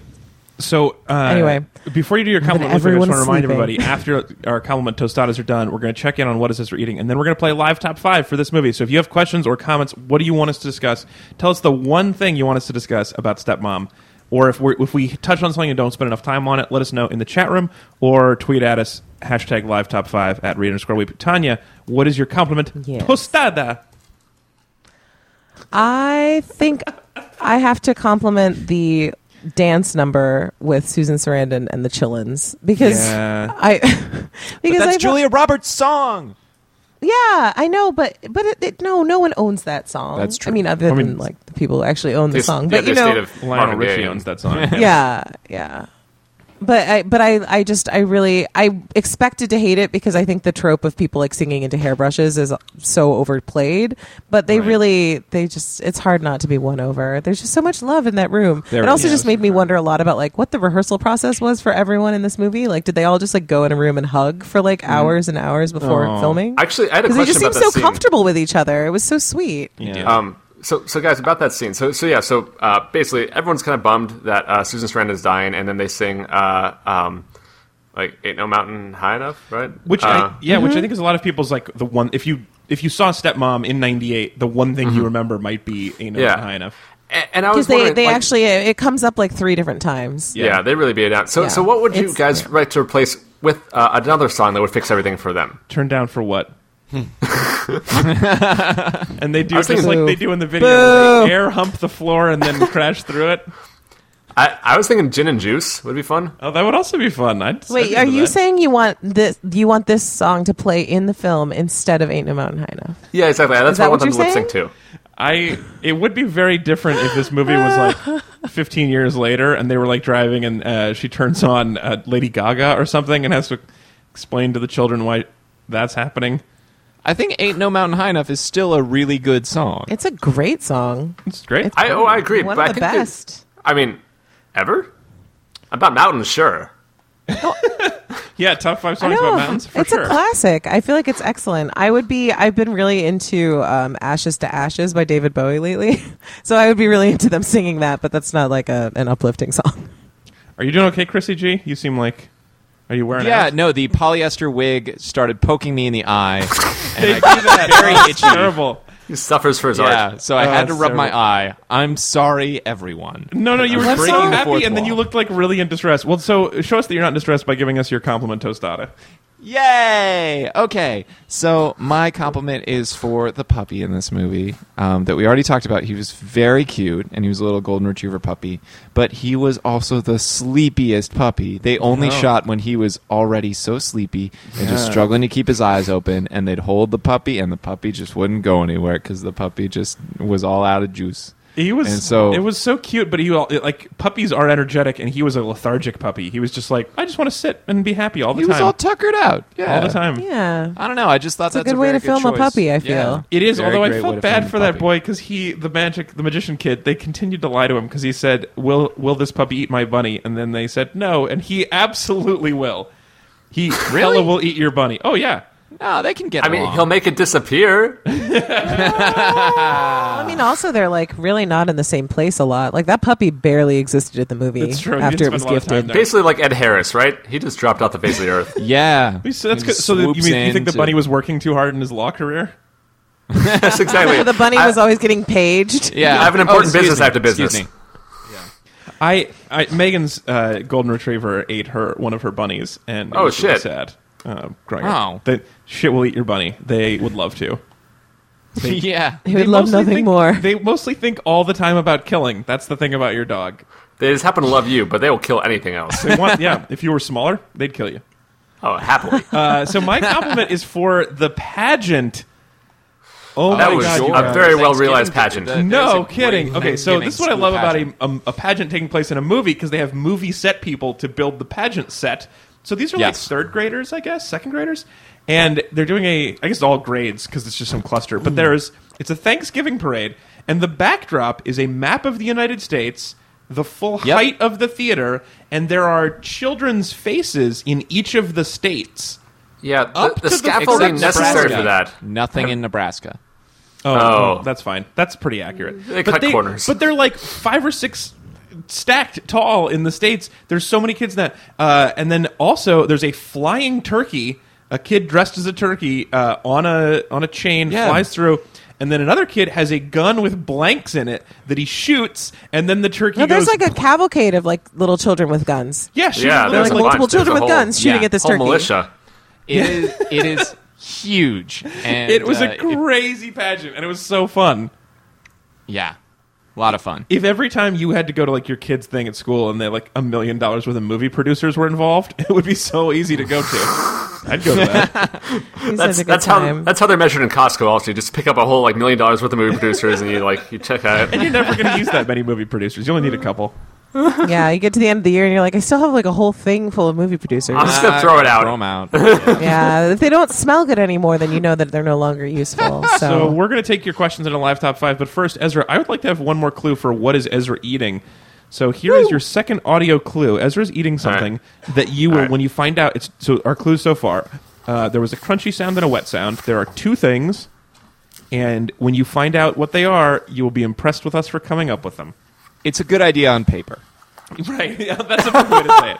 So uh, Anyway. before you do your compliment, I just want everyone's to remind everybody: sleeping. after our compliment tostadas are done, we're going to check in on what is this we're eating, and then we're going to play live top five for this movie. So if you have questions or comments, what do you want us to discuss? Tell us the one thing you want us to discuss about Stepmom, or if we if we touch on something and don't spend enough time on it, let us know in the chat room or tweet at us hashtag live top five at read underscore weep. Tanya, what is your compliment Yes. tostada? I think I have to compliment the dance number with Susan Sarandon and the Chillins because Yeah. I [LAUGHS] because That's I felt- Julia Roberts' song. Yeah, I know, but but it, it, no, no one owns that song. That's true. I mean, other I mean- than like the people who actually own the This- song, yeah, but you this know, state of Lionel Marvin Gaye Richie and- owns that song. [LAUGHS] yeah, yeah. But I, but I, I just, I really, I expected to hate it because I think the trope of people like singing into hairbrushes is so overplayed. But they Right. really, they just, it's hard not to be won over. There's just so much love in that room. There it is. also Yeah, just made me wonder a lot about like what the rehearsal process was for everyone in this movie. Like, did they all just like go in a room and hug for like hours and hours before Aw. filming? Mm-hmm. Oh. Actually, I had a because question they just about seemed that so scene. comfortable with each other. It was so sweet. Yeah. Um, so, so guys, about that scene. So, so yeah. So uh, basically, everyone's kind of bummed that uh, Susan Sarandon is dying, and then they sing uh, um, like "Ain't No Mountain High Enough," right? which uh, I, yeah, Mm-hmm. which I think is a lot of people's like the one if you if you saw Stepmom in '98, the one thing you remember might be ain't Mm-hmm. Yeah. yeah. high enough. a- and I was Because they, wondering, they like- actually it, it comes up like three different times. yeah, they really beat it out. So, Yeah. so what would you It's- guys write to replace with uh, another song that would fix everything for them? Turn down for what? Hmm. [LAUGHS] [LAUGHS] and they do I was just thinking- like they do in the video, Boo. they air hump the floor and [LAUGHS] then crash through it. I, I was thinking "Gin and Juice" would be fun. Oh, that would also be fun. I'd, Wait, are I'd do you that. saying you want this? You want this song to play in the film instead of "Ain't No Mountain High Enough"? Yeah, exactly. That's Is that what I want what them to you're lip sync to. I it would be very different if this movie was [LAUGHS] like 15 years later and they were like driving and uh, she turns on uh, Lady Gaga or something and has to explain to the children why that's happening. I think "Ain't No Mountain High Enough" is still a really good song. It's a great song. It's great. It's I oh, I agree. One but I of the think that- best. I mean, ever about mountains, sure. Yeah, top five I songs about know. mountains for it's sure. a classic. I feel like it's excellent. I would be. I've been really into um, "Ashes to Ashes" by David Bowie lately, [LAUGHS] so I would be really into them singing that. But that's not like a, an uplifting song. Are you doing okay, Chrissy G? You seem like. Are you wearing? [LAUGHS] Yeah, out? no, the polyester wig started poking me in the eye. and They I- do that. very It's itchy. Terrible. He suffers for his yeah, art. so I Oh, had to that's rub my terrible. eye. I'm sorry, everyone. No, no, you were What breaking song? happy, Fourth and then wall. you looked like really in distress. Well, so show us that you're not in distress by giving us your compliment, tostada. Yay! Okay, so my compliment is for the puppy in this movie um, that we already talked about. He was very cute, and he was a little golden retriever puppy, but he was also the sleepiest puppy. They Oh. only shot when he was already so sleepy and just struggling to keep his eyes open, and they'd hold the puppy, and the puppy just wouldn't go anywhere because the puppy just was all out of juice. He was And so- it was so cute, but he all, it, like puppies are energetic, and he was a lethargic puppy. He was just like, I just want to sit and be happy all the He time, was all tuckered out. Yeah. all the time. [LAUGHS] Yeah, I don't know. I just thought a that's good way very to film a choice. puppy, I feel. It is, Very although I great way felt to bad film a for that puppy. boy because he, the magic, the magician kid, they continued to lie to him because he said, "Will will this puppy eat my bunny?" And then they said, "No," and he absolutely will. He Ella will eat your bunny. Oh yeah, No, they can get. I mean, along. he'll make it disappear. Ah. I mean, also they're like really not in the same place a lot. Like that puppy barely existed in the movie that's true. He after didn't it was spend a lot of time gifted. there. Basically, like Ed Harris, right? He just dropped off the face of the [LAUGHS] earth. Yeah. So that's He good. just So that you, swoops mean, you in think the to- bunny was working too hard in his law career? That's exactly. [LAUGHS] The bunny was always getting paged. Yeah. Oh, I have an important excuse business me. I have to Excuse business. me. I, I Megan's uh, golden retriever ate her one of her bunnies, and it Oh, was really shit. Oh. sad. Uh, growing Wow. up, that shit will eat your bunny. They would love to. yeah. He would love mostly nothing think- more. They mostly think all the time about killing. That's the thing about your dog. They just happen to love you, but they will kill anything [LAUGHS] else. They want, yeah, if you were smaller, they'd kill you. Oh, happily. Uh, so my compliment is for the pageant. [LAUGHS] Oh That my was God, you a guys. very well realized Thanksgiving pageant. dinner. There's no a great kidding. Okay, Thanksgiving so this is what I school love pageant. about a, a, a pageant taking place in a movie because they have movie set people to build the pageant set. So these are Yes. like third graders, I guess, second graders, and they're doing a. I guess it's all grades because it's just some cluster. Mm. But there's it's a Thanksgiving parade, and the backdrop is a map of the United States, the full Yep. height of the theater, and there are children's faces in each of the states. Yeah, the, Up the to the- scaffolding Except necessary Nebraska. for that. Nothing in Nebraska. Oh, Oh. well, that's fine. That's pretty accurate. They cut corners. But they're like five or six stacked tall in the states. There's so many kids in that. Uh, and then also there's a flying turkey. A kid dressed as a turkey uh, on a on a chain Yeah. flies through, and then another kid has a gun with blanks in it that he shoots, and then the turkey No, there's goes. like a cavalcade of like little children with guns. yeah, shooting Yeah, the there's like a little- bunch. multiple There's a children with whole- guns shooting yeah, at this Whole turkey. militia. It is. It is huge. And [LAUGHS] It was uh, a if- crazy pageant, and it was so fun. yeah. A lot of fun. if every time you had to go to like your kids thing at school and they like a million dollars worth of movie producers were involved, [LAUGHS] it would be so easy to go to. I'd go [LAUGHS] to that. He's That's, such a good that's how time. that's how they're measured in Costco. Also, you just pick up a whole like million dollars worth of movie producers, and you like you check [LAUGHS] out. You're never going to use that many movie producers. You only need a couple. [LAUGHS] yeah, you get to the end of the year and you're like, I still have like a whole thing full of movie producers. I'm just gonna throw it Throw 'em out. out. [LAUGHS] yeah, if they don't smell good anymore, then you know that they're no [LAUGHS] longer useful. So, So we're going to take your questions in a live top five. But first, Ezra, I would like to have one more clue for what is Ezra eating. So here is your second audio clue. Ezra's eating something that you will, right. when you find out. It's so our clues so far. Uh, there was a crunchy sound and a wet sound. There are two things, and when you find out what they are, you will be impressed with us for coming up with them. It's a good idea on paper. [LAUGHS] Right. Yeah, that's a good way to say it.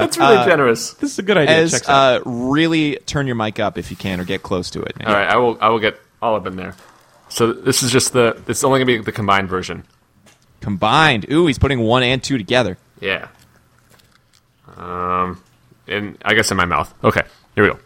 [LAUGHS] That's really generous. [LAUGHS] this is a good idea. As Checks out. uh, really turn your mic up if you can, or get close to it. All right, I will. I will get all up in there. So this is just the. It's only gonna be the combined version. Combined. Ooh, he's putting one and two together. Yeah. Um, and I guess in my mouth. Okay, here we go.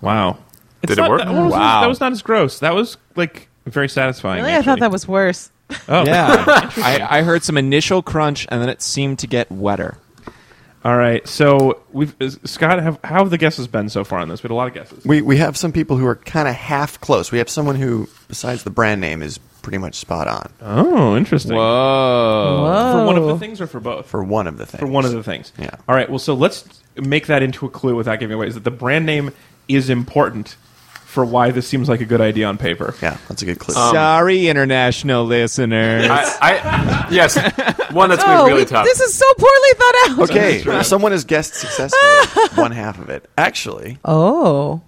wow. Did it work? Wow. That was not as gross. That was like very satisfying. really, I thought actually. that was worse. Oh. [LAUGHS] Yeah. I, I heard some initial crunch, and then it seemed to get wetter. All right. So we've is- Scott. Have how have the guesses been so far on this? We had a lot of guesses. We, we have some people who are kind of half close. We have someone who, besides the brand name, is pretty much spot on Oh, interesting. Whoa. For one of Whoa. the things or for both? for one of the things. For one of the things. Yeah. All right. Well, so let's make that into a clue without giving away. Is that the brand name is important for why this seems like a good idea on paper. Yeah, that's a good clue. Oh. Sorry, international listeners. Um, I, I yes, one that's been Oh, really we- tough. this is so poorly thought out. [LAUGHS] okay, someone has guessed successfully [LAUGHS] one half of it. Actually, [LAUGHS] Oh.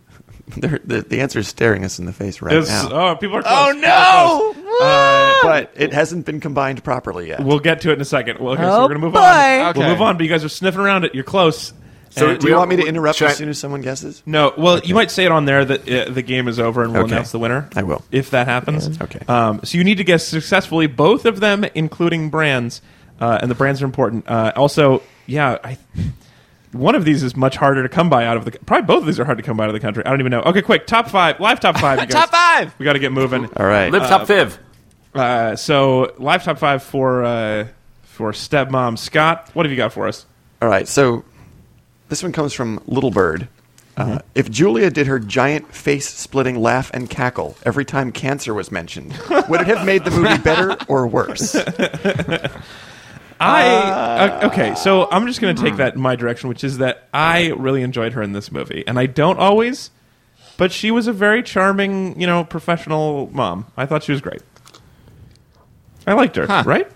they're- the, the answer is staring us in the face right It's- now. Uh, oh, people are close. oh no! but it hasn't been combined properly yet. We'll get to it in a second. Well, okay, so Oh, we're gonna move boy. on. Okay. We'll move on, but you guys are sniffing around it. You're close. So And- Do you We'll- want me to interrupt should I- as soon as someone guesses? no, well, you might say it on there that uh, the game is over and we'll Okay. announce the winner. I will. if that happens. Okay. Um, so you need to guess successfully both of them, including brands, uh, and the brands are important. Uh, also, yeah, I. One of these is much harder to come by out of the. Probably both of these are hard to come by out of the country. I don't even know. Okay, quick, top five, live top five. You [LAUGHS] guys. Top five! We got to get moving. [LAUGHS] All right. Live top five. Uh, so live top five for uh, for stepmom Scott. What have you got for us? All right. So this one comes from Little Bird. Mm-hmm. Uh, if Julia did her giant face splitting laugh and cackle every time cancer was mentioned, would it have made the movie better [LAUGHS] or worse? I uh, okay, so I'm just going to take that in my direction, which is that I really enjoyed her in this movie, and I don't always, but she was a very charming, you know, professional mom. I thought she was great. I liked her, Huh. right?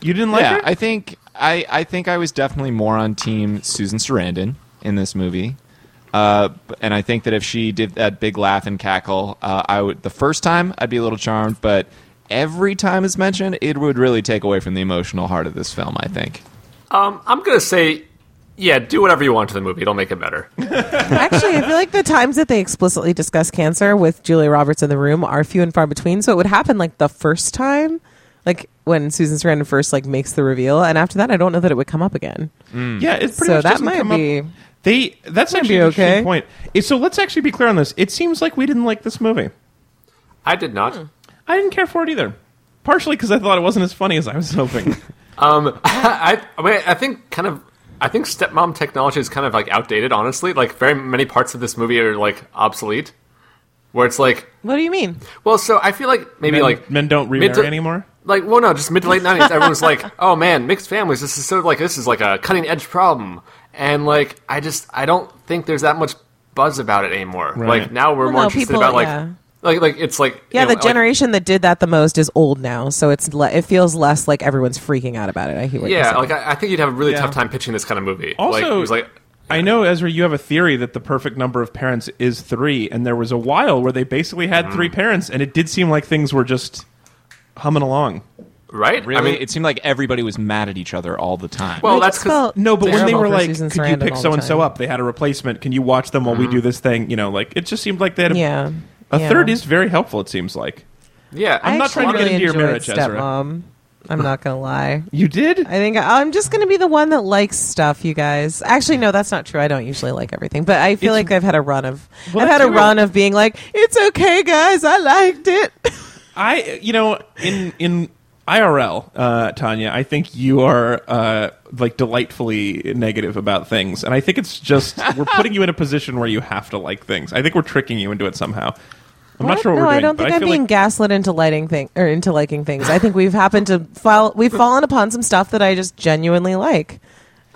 You didn't like Yeah, her? I think I, I think I was definitely more on team Susan Sarandon in this movie. Uh, b- and I think that if she did that big laugh and cackle, uh, I would the first time I'd be a little charmed, but every time it's mentioned, it would really take away from the emotional heart of this film. I think. Um, I'm gonna say, yeah, do whatever you want to the movie. It'll make it better. Actually, I feel like the times that they explicitly discuss cancer with Julia Roberts in the room are few and far between. So it would happen like the first time, like when Susan Sarandon first like makes the reveal, and after that, I don't know that it would come up again. Hmm. yeah, it pretty So much that doesn't might come up- be- They that's might actually be an interesting okay. point. Eh, So let's actually be clear on this. It seems like we didn't like this movie. I did not. I didn't care for it either. Partially because I thought it wasn't as funny as I was hoping. Um, I, I, mean, I think kind of, I think stepmom technology is kind of like outdated. Honestly, like very many parts of this movie are like obsolete. Where it's like, What do you mean? well, so I feel like maybe men, like men don't mid remarry to- anymore. Like, well, no, just mid to late nineties. Everyone's like, [LAUGHS] oh man, mixed families. This is so like this is like a cutting edge problem. And like, I just I don't think there's that much buzz about it anymore. Right. Like now we're Well, more no, interested people- about like, yeah. like like it's like Yeah, you know, the like- generation that did that the most is old now, so it's le- it feels less like everyone's freaking out about it. I hear what you're yeah, saying. like I, I think you'd have a really Yeah. tough time pitching this kind of movie. Also, like, it was like I know Ezra, you have a theory that the perfect number of parents is three, and there was a while where they basically had Mm. three parents, and it did seem like things were just humming along. right. Really, I mean, it seemed like everybody was mad at each other all the time. well, I that's just 'cause- felt No, but when they terrible were for like, Susan "Could you Sarandon pick all the so and so time. up?" They had a replacement. Can you watch them while Mm. we do this thing? You know, like it just seemed like they had a, Yeah, a yeah. third is very helpful. It seems like yeah. I I'm not actually trying to get really into your enjoyed marriage, Ezra. Stepmom. I'm not gonna lie. you did. I think I'm just going to be the one that likes stuff, you guys. Actually, no, that's not true. I don't usually like everything, but I feel It's- like I've had a run of Well, I've had that's a true. run of being like, it's okay, guys. I liked it. I, you know, in in IRL, uh, Tanya, I think you are uh, like delightfully negative about things, and I think it's just we're putting you in a position where you have to like things. I think we're tricking you into it somehow. I'm not sure what no, we're doing. I don't but think I I'm feel being like, gaslit into lighting thing or into liking things. I think we've happened to fall we've fallen upon some stuff that I just genuinely like.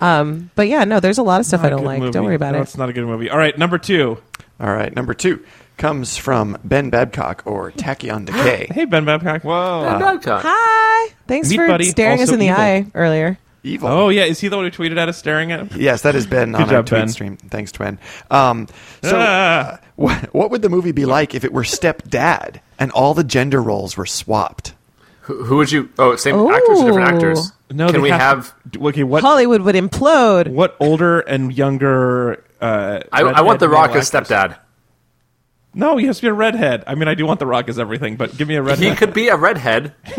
Um, but yeah, no, there's a lot of stuff I Not a don't good like. movie. Don't worry about No, it. It's not a good movie. All right, number two. All right. Number two comes from Ben Babcock or [GASPS] Tachyon Decay. Hey, Ben Babcock. whoa. Uh, Hi. Thanks Meat for Buddy, staring us also in the evil. eye earlier. Evil. Oh yeah, is he the one who tweeted at us staring at him? Yes, that is Ben on our job, tweet Ben. stream. Thanks, Twen. Um, so, Ah. what, what would the movie be like if it were stepdad and all the gender roles were swapped? who, who would you? Oh, same actors or different Ooh. actors? No, Can they we have? to- okay? What Hollywood would implode. what older and younger? Uh, I, I want redhead The male Rock as actors? stepdad. No, he has to be a redhead. I mean, I do want The Rock as everything, but give me a redhead. He could be a redhead. [LAUGHS]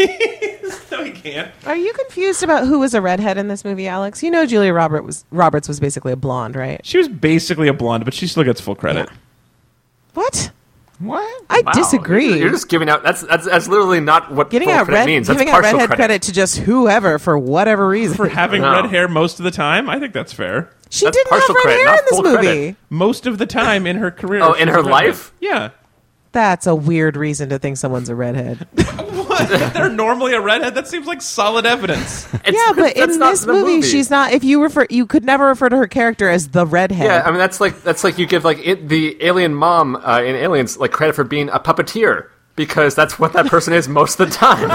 no, he can't. Are you confused about who was a redhead in this movie, Alex? You know Julia Robert was Roberts was basically a blonde, right? She was basically a blonde, but she still gets full credit. What? what? I Wow, disagree. You're, you're just giving out. That's that's, that's literally not what giving full out credit red, means. That's giving out partial redhead credit. to just whoever for whatever reason. For having No. red hair most of the time, I think that's fair. she that's didn't have partial red credit, hair not in this full movie. credit. Most of the time in her [LAUGHS] career. Oh, she in was her redhead. life? Yeah. That's a weird reason to think someone's [LAUGHS] a redhead. What? If They're normally a redhead. That seems like solid evidence. yeah, but that's in not this the movie, movie. she's not. If you refer, you could never refer to her character as the redhead. Yeah, I mean that's like that's like you give like it, the alien mom uh, in Aliens like credit for being a puppeteer because that's what that person is most of the [LAUGHS] time.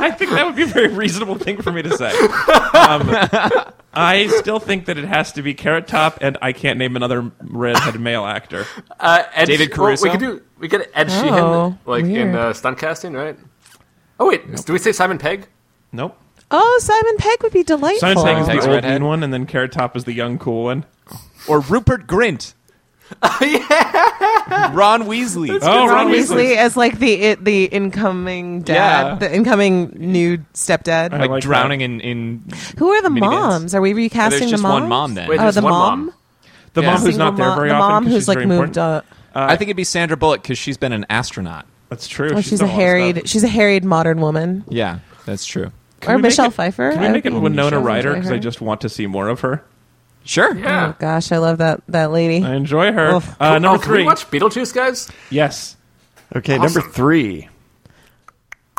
I think that would be a very reasonable thing for me to say. Um, I still think that it has to be Carrot Top, and I can't name another redhead male actor. Uh, Ed David She- well, Caruso? we could do we could Ed Oh, Sheehan like in weird. uh, stunt casting, right? Oh wait, do we say Simon Pegg? Nope. Oh, Simon Pegg would be delightful. Simon Pegg is Peg's the old redhead. mean one, and then Carrot Top is the young cool one. or Rupert [LAUGHS] Grint. Oh, Ron Weasley. Oh, Ron Ron Weasley. Weasley as like the it, the incoming dad, Yeah. the incoming new stepdad. I like, like drowning in, in Who are the Minivans. moms? Are we there's recasting just the moms? one mom then. Wait, Oh, there's the one mom? The Yeah. mom who's Single not there mom- very the often. mom 'cause who's she's like very moved important. up. I think it'd be Sandra Bullock because she's been an astronaut. That's true. Oh, she's, done lot of a stuff. harried. She's a harried modern woman. Yeah, that's true. Can or we make Michelle it- Pfeiffer. Can I we would make it be- Winona Michelle Ryder? Because I Pfeiffer. just want to see more of her. Sure. Yeah. Oh gosh, I love that that lady. I enjoy her. Oof. Uh, oh, number Can we three. watch Beetlejuice, guys? Yes. Okay, number three.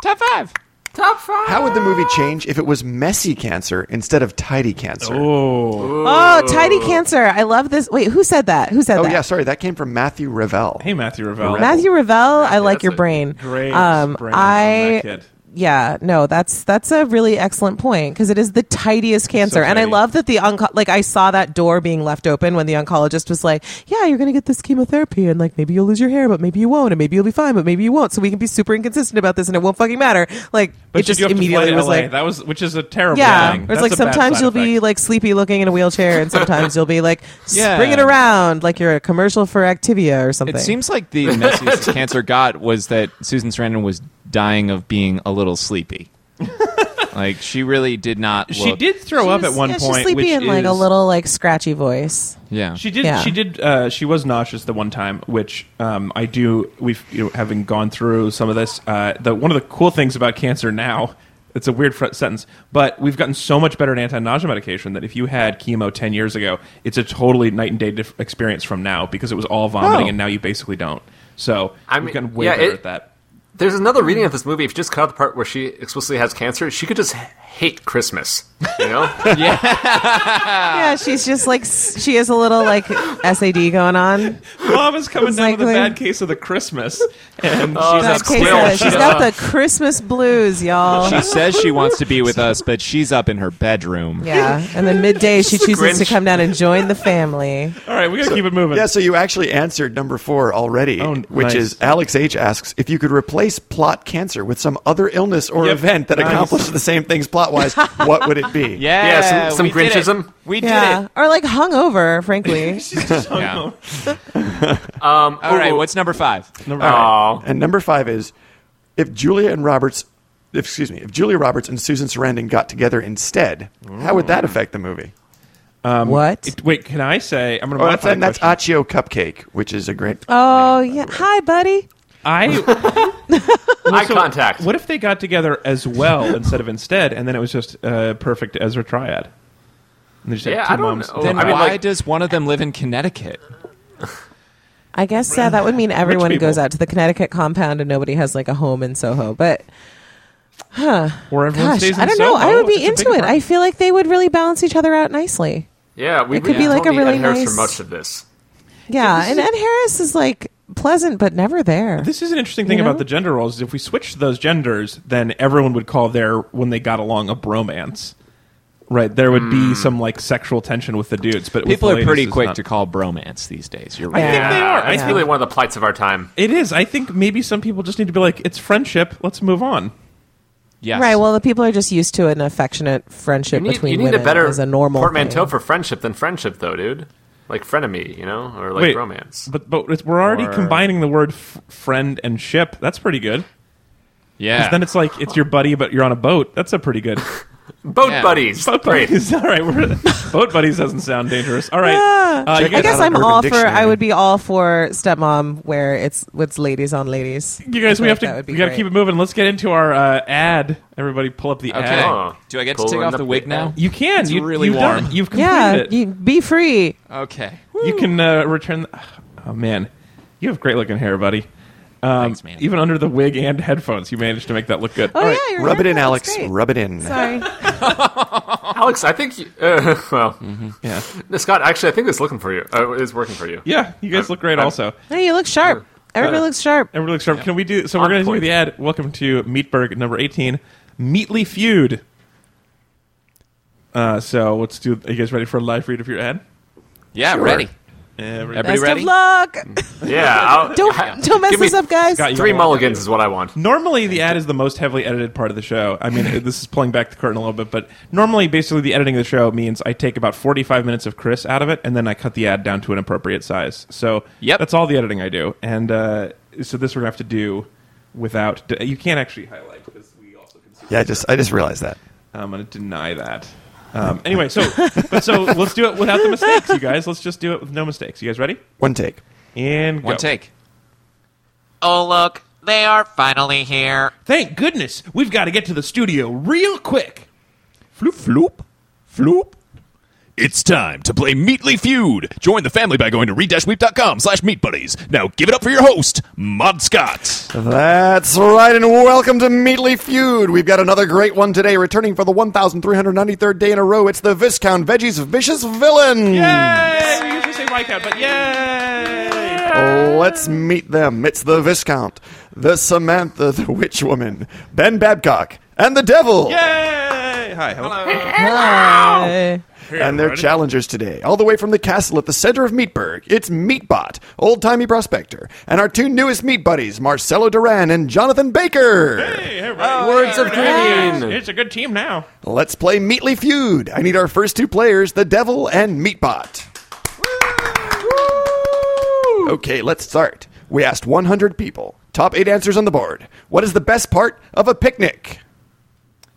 Top five. Top five. How would the movie change if it was messy cancer instead of tidy cancer? Oh. Oh, tidy cancer. I love this. Wait, who said that? Who said Oh, that? yeah, sorry. That came from Matthew Revell. Hey, Matthew Ravel. Matthew Ravel, I like that's your a brain. Um, Great. brain on I that kid. yeah, no, that's that's a really excellent point because it is the tidiest cancer, and I tidy. love that the onco- like I saw that door being left open when the oncologist was like, "Yeah, you're gonna get this chemotherapy, and like maybe you'll lose your hair, but maybe you won't, and maybe you'll be fine, but maybe you won't." So we can be super inconsistent about this, and it won't fucking matter. Like But it just you do have immediately to fly to was LA. like. that was which is a terrible yeah, thing. or it's That's like a bad sometimes side you'll be effect. like sleepy looking in a wheelchair, and sometimes you'll [LAUGHS] be like Yeah. spring it around like you're a commercial for Activia or something. It seems like the [LAUGHS] messiest cancer got was that Susan Sarandon was dying of being a little [LAUGHS] sleepy. like she really did not. she look- did throw up at one yeah, point. She's sleepy which in like a is- little like scratchy voice. Yeah. She did. Yeah. She did. Uh, she was nauseous the one time, which um, I do. We've you know, having gone through some of this. Uh, the one of the cool things about cancer now. It's a weird fr- sentence, but we've gotten so much better at anti-nausea medication that if you had chemo ten years ago, it's a totally night and day diff- experience from now because it was all vomiting, Oh. and now you basically don't. So I we've mean, gotten way yeah, better it- at that. There's another reading of this movie. If you just cut out the part where she explicitly has cancer, she could just h- hate Christmas. You [LAUGHS] know? Uh, yeah, she's just like s- she has a little like [LAUGHS] SAD going on. Mom is coming down with a Exactly. bad case of the Christmas, and she's Oh, that's That up case, clear. uh, She she's does. got the Christmas blues, y'all. She says she wants to be with us, but she's up in her bedroom. Yeah, and then midday she chooses to Grinch. come down and join the family. All right, we gotta keep it moving. Yeah, so you actually answered number four already, Oh, which nice. is Alex H asks if you could replace plot cancer with some other illness or Yep. event that Nice. accomplished the same things [LAUGHS] plot wise, what would it be? Yeah. Yeah, some- some we did it. Grinchism. We did Yeah, it. or like hungover, [LAUGHS] frankly. Yeah. um, All right. What's number five? Number Aw. And number five is if Julia and Roberts, if, excuse me, if Julia Roberts and Susan Sarandon got together instead, how would Mm. that affect the movie? what? It- wait, can I say I'm gonna Oh, that's, modify and the that's question. Accio Cupcake, which is a great. oh yeah, hi buddy. I [LAUGHS] Eye contact. what if they got together as well instead of instead, and then it was just uh, perfect Ezra triad? And they just had Yeah, two I don't moms. know. Then I mean, why like- does one of them live in Connecticut? I guess yeah, that would mean everyone people. goes out to the Connecticut compound and nobody has like a home in Soho, but. Where everyone Gosh, stays in I don't know. Soho. I would be It's a big into it. I apartment. feel like they would really balance each other out nicely. Yeah, we It could be we like a don't need really Ed Harris nice- for much of this. Yeah, and Ed Harris is like pleasant but never there. This is an interesting thing about know? the gender roles. Is if we switched those genders, then everyone would call their when they got along a bromance. Right, there would be some like sexual tension with the dudes, but with People the are ladies, pretty it's quick not. to call bromance these days. You're I right. think yeah, they are. It's Yeah. really one of the plights of our time. It is. I think maybe some people just need to be like, it's friendship. Let's move on. Yes. Right. Well, the people are just used to an affectionate friendship You need, between you need a women better as a normal portmanteau thing. for friendship than friendship, though, dude. Like frenemy, you know, or like Wait, romance. But but it's, we're already Or- combining the word f- friend and ship. That's pretty good. 'Cause Yeah. Then it's like it's your buddy, but you're on a boat. That's a [LAUGHS] pretty good Boat Yeah. buddies. boat Great. buddies. [LAUGHS] All right, we're, boat buddies doesn't sound dangerous. All right, uh, you Check Ah, I it guys, guess out on I'm Urban all for. Dictionary. I would be all for stepmom, where it's it's ladies on ladies. you guys, I we have feel like that to would be we got to great. keep it moving. Let's get into our uh, ad. Everybody, pull up the Okay. ad. Oh. Do I get to Pulling take off up the wig the- now? You can. It's you, really you've done warm. it. You've completed Yeah, it. you, be free. Okay. You can uh, return. The, [SIGHS] oh man, You have great looking hair, buddy. Um, Thanks, man. Even under the wig and headphones, you managed to make that look good. Oh All right. yeah, your Rub it in, haircut Alex. looks great. Rub it in. [LAUGHS] Sorry. Alex, I think. You, uh, [LAUGHS] well, Yeah. no, Scott, actually, I think it's looking for you. Uh, it's working for you. Yeah, you guys look great also. Hey, you look sharp. Everybody looks sharp. Everybody looks sharp. Can we do so? We're On going to do point. the ad. Welcome to Meatburg number eighteen, Meatly Feud. Uh, so let's do. Are you guys ready for a live read of your ad? Yeah, ready. Everybody, Everybody Best ready? of luck. Mm. Yeah. I'll- [LAUGHS] Don't don't mess Give me- this up, guys. Scott, you Three gotta watch mulligans is what I want. Normally, the ad is the most heavily edited part of the show. I mean, [LAUGHS] this is pulling back the curtain a little bit, but normally, basically, the editing of the show means I take about 45 minutes of Chris out of it, and then I cut the ad down to an appropriate size. So Yep. that's all the editing I do. And uh, so this we're going to have to do without. d- You can't actually highlight because we also can see. Yeah, I just I just realized that. I'm going to deny that. Um, anyway, so but so let's do it without the mistakes, you guys. Let's just do it with no mistakes. You guys ready? One take. And One go. take. Oh look, they are finally here. Thank goodness we've got to get to the studio real quick. Floop, floop, floop. It's time to play Meatly Feud. Join the family by going to read-weep.com slash meatbuddies. Now give it up for your host, Mod Scott. That's right, and welcome to Meatly Feud. We've got another great one today, returning for the 1,393rd day in a row. It's the Viscount Veggie's Vicious Villain. Yay! We usually say Viscount, but yay! Let's meet them. It's the Viscount, the Samantha the Witch Woman, Ben Babcock, and the Devil. Yay! Hi, hello. Hi. and their challengers today, all the way from the castle at the center of Meatburg. It's Meatbot, old timey prospector, and our two newest meat buddies, Marcelo Duran and Jonathan Baker. Oh, Words of greeting. It's a good team now. Let's play Meatly Feud. I need our first two players, the Devil and Meatbot. Okay, let's start. We asked 100 people. Top eight answers on the board. What is the best part of a picnic?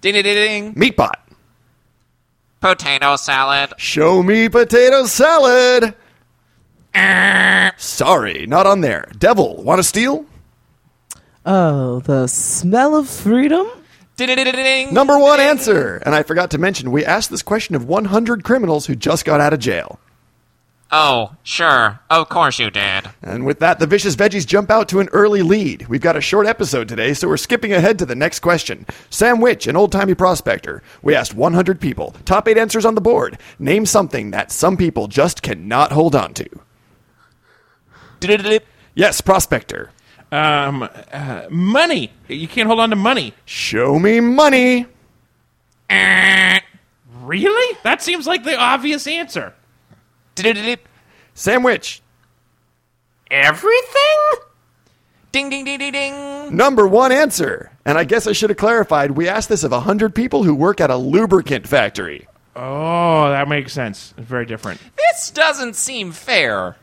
Ding ding ding ding. Meatbot. Potato salad. Show me potato salad. Sorry, not on there. Devil, want to steal? Oh, the smell of freedom. Ding ding ding ding, ding. Number one answer. And I forgot to mention, we asked this question of 100 criminals who just got out of jail. Oh, sure. Of course you did. And with that, the vicious veggies jump out to an early lead. We've got a short episode today, so we're skipping ahead to the next question. Sam Witch, an old timey prospector. We asked 100 people. Top eight answers on the board. Name something that some people just cannot hold on to. Yes, prospector. Um, uh, money. You can't hold on to money. Show me money. Really? That seems like the obvious answer. Sam Witch, Ding ding ding ding ding. number one answer. And I guess I should have clarified, we asked this of 100 people who work at a lubricant factory. Oh, that makes sense. It's very different. This doesn't seem fair.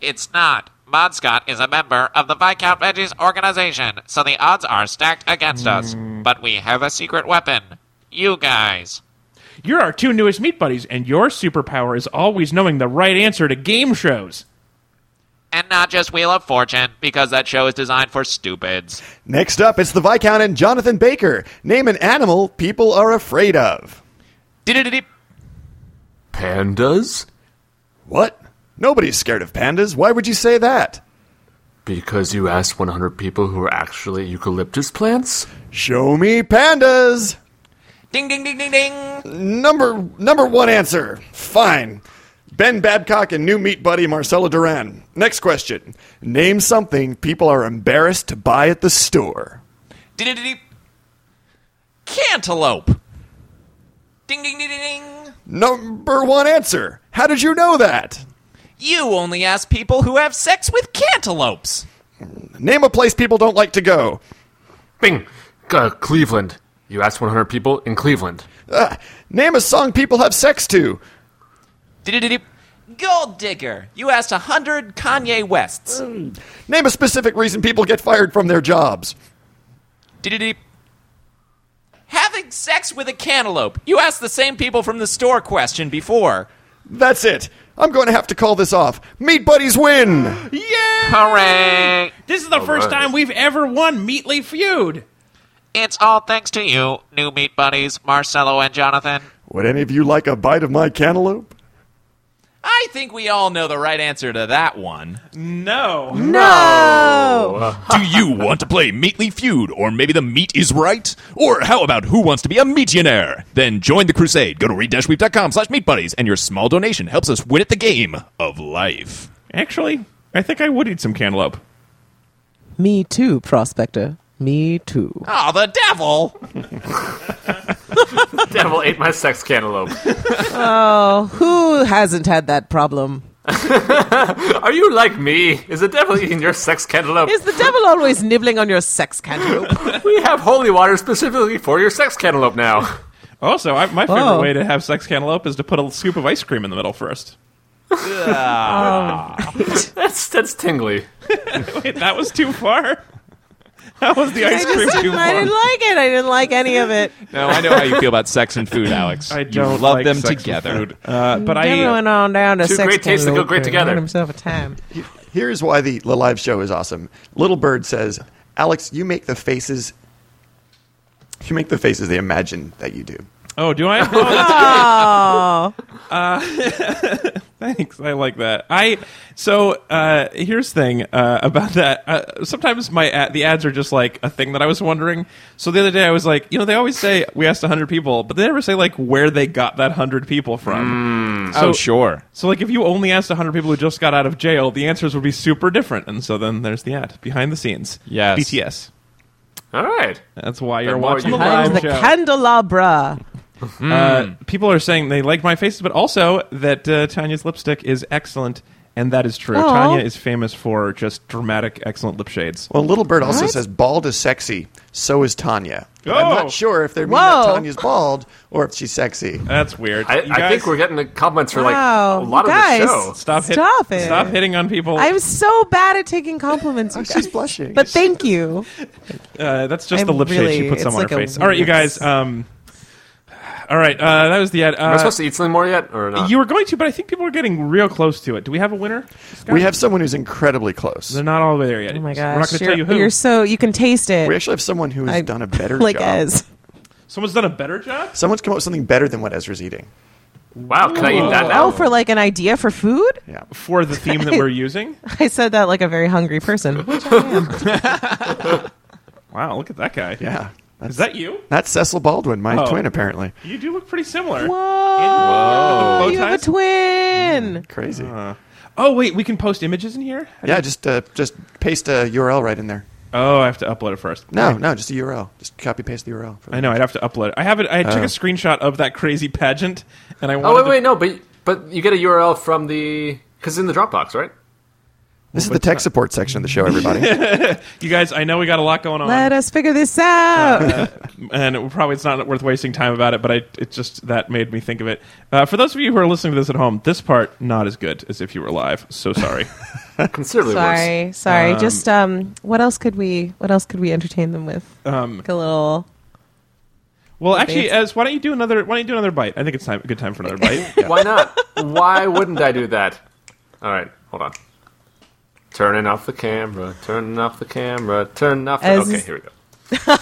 It's not. Mod Scott is a member of the Viscount Veggies organization, so the odds are stacked against us. But we have a secret weapon. You guys. You're our two newest meat buddies, and your superpower is always knowing the right answer to game shows. And not just Wheel of Fortune, because that show is designed for stupids. Next up, it's the Viscount and Jonathan Baker. Name an animal people are afraid of. Pandas? What? Nobody's scared of pandas. Why would you say that? Because you asked 100 people who are actually eucalyptus plants? Show me pandas. Ding ding ding ding ding. Number number one answer. Fine. Ben Babcock and new meat buddy Marcelo Duran. Next question. Name something people are embarrassed to buy at the store. Ding ding ding. ding. Cantaloupe. Ding ding ding ding ding. Number one answer. How did you know that? You only ask people who have sex with cantaloupes. Name a place people don't like to go. Bing! Uh, Cleveland. You asked 100 people in Cleveland. Ah, name a song people have sex to. Diddy-diddy. Gold digger. You asked a hundred Kanye Wests. Name a specific reason people get fired from their jobs. Diddy-diddy. Having sex with a cantaloupe. You asked the same people from the store question before. That's it. I'm going to have to call this off. Meat buddies win. Yeah! Hooray! This is the first right. time we've ever won Meatly Feud. It's all thanks to you, new meat buddies, Marcelo and Jonathan. Would any of you like a bite of my cantaloupe? I I think we all know the right answer to that one. No. No. [LAUGHS] Do you want to play Meatly Feud, or maybe the meat is right? Or how about who wants to be a meationaire? Then join the crusade. Go to read-weep.com slash meatbuddies, and your small donation helps us win at the game of life. Actually, I think I would eat some cantaloupe. Me too, prospector. Me too. Ah, the devil! Devil ate my sex cantaloupe. Who hasn't had that problem? [LAUGHS] Are you like me? Is the devil eating your sex cantaloupe? Is the devil always nibbling on your sex cantaloupe? we have holy water specifically for your sex cantaloupe now. Also, I, my favorite Whoa. way to have sex cantaloupe is to put a scoop of ice cream in the middle first. [LAUGHS] [LAUGHS] That's that's tingly. Wait, that was too far. [LAUGHS] That was the ice cream too far. I didn't like it. I didn't like any of it. Now, I know how you feel about sex and food, Alex. [LAUGHS] I don't you love like them sex with together. food. Uh, but Devil I went on down to Two sex great tastes that go cantaloupe great and together. had himself a time. Here's why the, the live show is awesome. Little Bird says, Alex, you make the faces. You make the faces they imagine that you do. oh, do [LAUGHS] I? Oh, that's Oh, Thanks. I like that. I so uh, here's the thing uh, about that. Uh, sometimes my ad, the ads are just like a thing that I was wondering. So the other day I was like, you know, they always say we asked hundred people, but they never say like where they got that hundred people from. Oh, sure. So like if you only asked hundred people who just got out of jail, the answers would be super different. And so then there's the ad behind the scenes. Yes. BTS. All right. That's why you're more watching you the I'm live the show. candelabra. Uh, Hmm. people are saying they like my faces, but also that uh, Tanya's lipstick is excellent, and that is true. Aw. Tanya is famous for just dramatic, excellent lip shades. Well, Little Bird also says, bald is sexy. So is Tanya. Oh. I'm not sure if they're meaning that Whoa. Tanya's bald or if she's sexy. That's weird. I, You I think guys, we're getting the compliments for Wow, like a lot you of guys. the show. stop hit- Stop it. Stop hitting on people. I'm so bad at taking compliments. you She's guys. blushing. But thank you. Oh Uh, that's just I'm the lip shade she really- puts it's on like her a face. All right, you guys. Um, all right, uh, that was the ad. Am I Uh, supposed to eat something more yet, or not? you were going to, but I think people are getting real close to it. Do we have a winner? we have someone who's incredibly close. They're not all the way there yet. Oh my We're not gosh, going to tell you you're, who. you're so you can taste it. We actually have someone who has I- done a [LAUGHS] better like job. Ez. Someone's done a better job. Someone's come up with something better than what Ezra's eating. wow, can I eat that now? Oh, for like an idea for food? Yeah. For the theme that [LAUGHS] we're using. I said that like a very hungry person. Wow, look at that guy. Yeah. That's, Is that you? that's Cecil Baldwin, my Oh. twin, apparently. You do look pretty similar. Whoa! Bow You have a ties? twin. Crazy. Oh wait, we can post images in here. yeah, just uh, just paste a URL right in there. Oh, I have to upload it first. No, no, just a URL. Just copy paste the URL. I know I'd have to upload it. I have it. I took a screenshot of that crazy pageant, and I oh wanted. wait, wait, no, but but you get a URL from the because in the Dropbox, right? This is the tech support section [LAUGHS] of the show, everybody. to- you guys, I know we got a lot going on, Let us figure this out. and it, probably it's not worth wasting time about it. But I, it just that made me think of it. Uh, for those of you who are listening to this at home, this part not as good as if you were live. So sorry. Considerably worse. sorry, sorry. Just um, what else could we? What else could we entertain them with? Um, like a little. [LAUGHS] well, actually, as why don't you do another? Why don't you do another bite? I think it's time. Good time for another bite. Why not? Why wouldn't I do that? All right, hold on. Turning off the camera. Turning off the camera. Turning off. The, As- okay, here we go.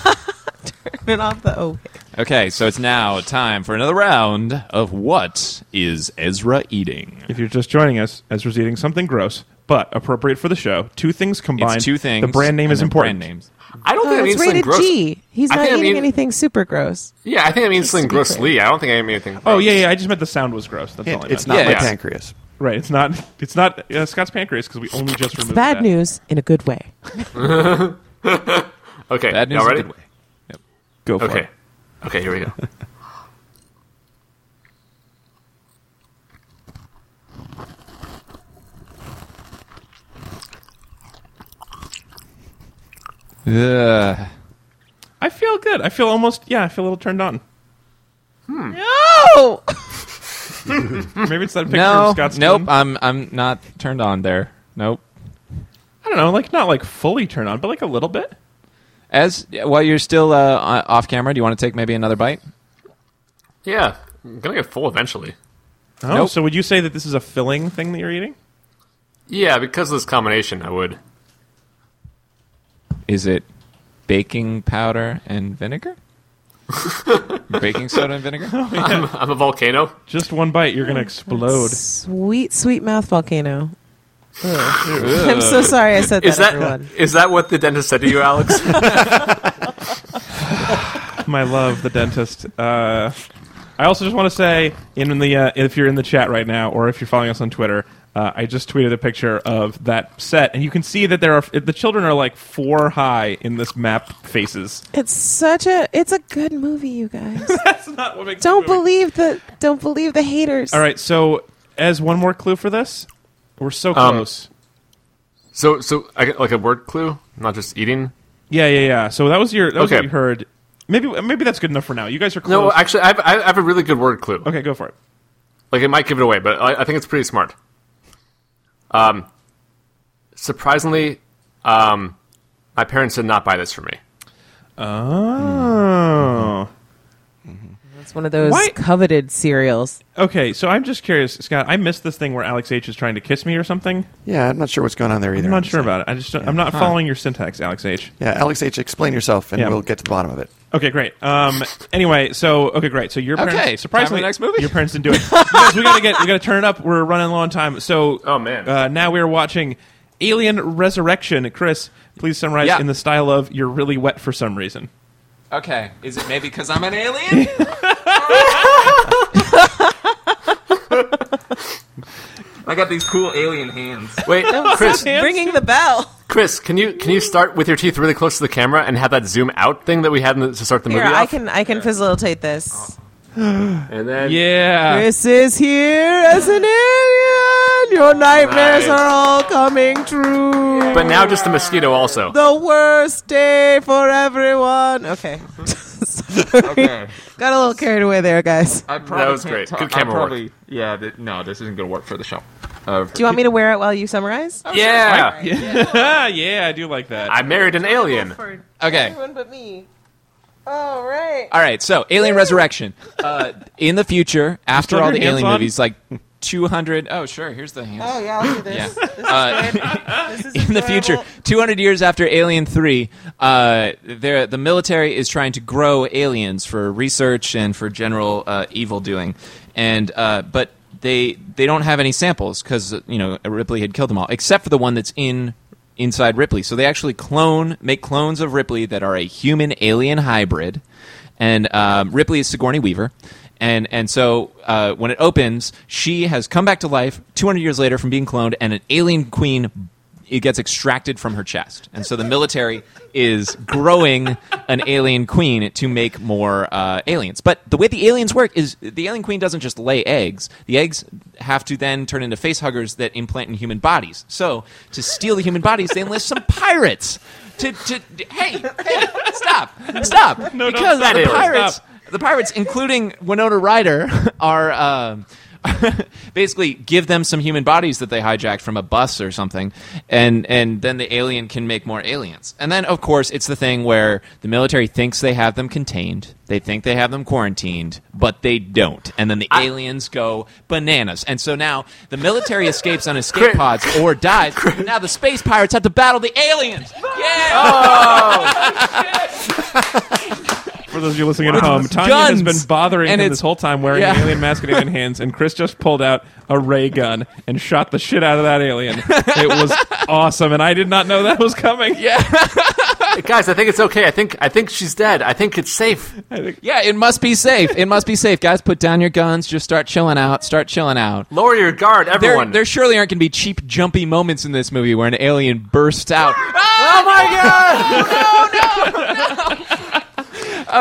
Turn off the. Oh, Okay, so it's now time for another round of What is Ezra Eating? If you're just joining us, Ezra's eating something gross but appropriate for the show. Two things combined. It's two things. The brand name and is they're important. Brand names. I don't think oh I mean it's something rated gross. G. He's I not think I eating mean- anything super gross. Yeah, I think I mean something to be clear. grossly. I don't think I mean anything. Oh gross. yeah, yeah. I just meant the sound was gross. That's all I Hint, meant. it's not Yeah, my yeah. pancreas. right. It's not. It's not uh, Scott's pancreas because we only just removed Bad that. news in a good way. Okay, Bad news is y'all a ready? good way. Go for Okay. it. Okay, here we go. Ugh. I feel good. I feel almost. Yeah, I feel a little turned on. No. [LAUGHS] Maybe it's that picture No, of Scott's. nope. twin. I'm I'm not turned on there. Nope. I don't know. Like not like fully turned on, but like a little bit. As while you're still uh, o- off camera, do you want to take maybe another bite? Yeah, I'm gonna get full eventually. Oh, Nope. So would you say that this is a filling thing that you're eating? Yeah, because of this combination, I would. [LAUGHS] Is it baking powder and vinegar? Baking soda and vinegar. I'm, I'm a volcano. Just one bite, you're gonna explode. Sweet, sweet mouth volcano. Ugh. I'm so sorry I said that, Is that everyone. is that what the dentist said to you, Alex? My love, the dentist. Uh, I also just want to say, in the uh, if you're in the chat right now, or if you're following us on Twitter, uh, I just tweeted a picture of that set, and you can see that there are the children are like four high in this map faces. It's such a it's a good movie, [LAUGHS] you guys. That's not what makes. the don't movie. believe the don't believe the haters. All right, so as one more clue for this, we're so Um, close. so so I get like a word clue, not just eating. yeah, yeah, yeah. So that was your that was what Okay. you heard. Maybe maybe that's good enough for now. You guys are close. No, actually, I have, I have a really good word clue. okay, go for it. Like it might give it away, but I, I think it's pretty smart. Um, surprisingly, um, my parents did not buy this for me. Oh. It's one of those Why- coveted cereals. Okay, so I'm just curious, Scott. I missed this thing where Alex H is trying to kiss me or something. Yeah, I'm not sure what's going on there either. I'm not sure about it. I just don't, I'm not following your syntax, Alex H. Yeah, Alex H, explain yourself, and Yeah. we'll get to the bottom of it. Okay, great. Um, anyway, so okay, great. So your parents, Okay, time for surprisingly, the next movie. your parents didn't do it. [LAUGHS] Guys, we gotta get, we gotta turn it up. We're running low on time. So, Oh, man. uh, now we are watching Alien Resurrection. Chris, please summarize Yeah. in the style of "You're really wet for some reason." Okay, is it maybe because I'm an [LAUGHS] alien? I got these cool alien [LAUGHS] hands. Wait, Chris, Ringing the bell. Chris, can you can you start with your teeth really close to the camera and have that zoom out thing that we had in the, to start the Here, movie I off? Oh. can I can facilitate this. and then Yeah. Chris is here as an alien. Your Nice. nightmares are all coming true. But now just the mosquito also. the worst day for everyone. Okay. [LAUGHS] Sorry. Okay. Got a little carried away there, guys. Uh, I probably That was can't great. talk- Good I camera work. probably, Yeah, th- no, this isn't going to work for the show. Uh, Do you want me to wear it while you summarize? yeah. yeah, Ah, yeah, I do like that. I married an alien. Okay. Everyone but me. All right. All right, so Alien Resurrection. Uh, in the future, after still all have the your alien hands on? movies, [LAUGHS] like 200. Oh, sure, here's the hands. Oh yeah, I'll do Yeah. this. Uh, This [LAUGHS] is in the future, enjoyable. 200 years after Alien 3, uh, there- the military is trying to grow aliens for research and for general uh, evil doing. And uh, but they they don't have any samples cuz you know Ripley had killed them all except for the one that's in inside Ripley. So they actually clone make clones of Ripley that are a human alien hybrid. And um, Ripley is Sigourney Weaver. And and so uh, when it opens, she has come back to life 200 years later from being cloned, and an alien queen it gets extracted from her chest, and so the military is growing an alien queen to make more uh, aliens. But the way the aliens work is the alien queen doesn't just lay eggs; the eggs have to then turn into face huggers that implant in human bodies. So to steal the human bodies, they enlist some pirates. To, to, hey, hey, stop, stop! no, because stop. the Stop. pirates, the pirates, including Winona Ryder, [LAUGHS] are um, [LAUGHS] basically give them some human bodies that they hijacked from a bus or something, and and then the alien can make more aliens. And then, of course, it's the thing where the military thinks they have them contained, they think they have them quarantined, but they don't. And then the aliens go bananas. And so now [LAUGHS] the military escapes on escape Chris- pods or dies. Now the space pirates have to battle the aliens. Oh, Yeah. For those of you listening at home, Tanya has guns. been bothering And him it's- this whole time wearing an Yeah. alien mask and [LAUGHS] alien hands, and Chris just pulled out a ray gun and shot the shit out of that alien. It was [LAUGHS] awesome, and I did not know that was coming. Yeah. Guys, I think it's okay. I think I think she's dead. I think it's safe. Yeah, it must be safe. It must be safe, guys. Put down your guns. Just start chilling out. Start chilling out. Lower your guard, There, everyone. there surely aren't going to be cheap, jumpy moments in this movie where an alien bursts out. oh my god!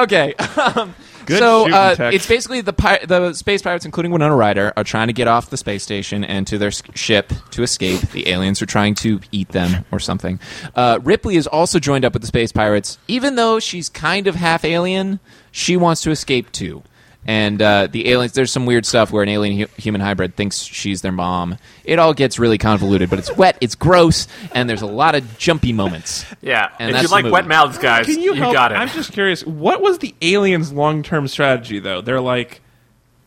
okay. [LAUGHS] Um, so shooting, uh, Tex. it's basically the pi- the space pirates, including Winona Ryder, are trying to get off the space station and to their s- ship to escape. The aliens are trying to eat them or something. Uh, Ripley is also joined up with the space pirates, even though she's kind of half alien. She wants to escape too. And uh, the aliens, there's some weird stuff where an alien hu- human hybrid thinks she's their mom. It all gets really convoluted, but it's wet, it's gross, and there's a lot of jumpy moments. Yeah. And if that's you the like wet movie. mouths, guys, Can you, help? got it. I'm just curious. What was the aliens' long-term strategy, though? They're like,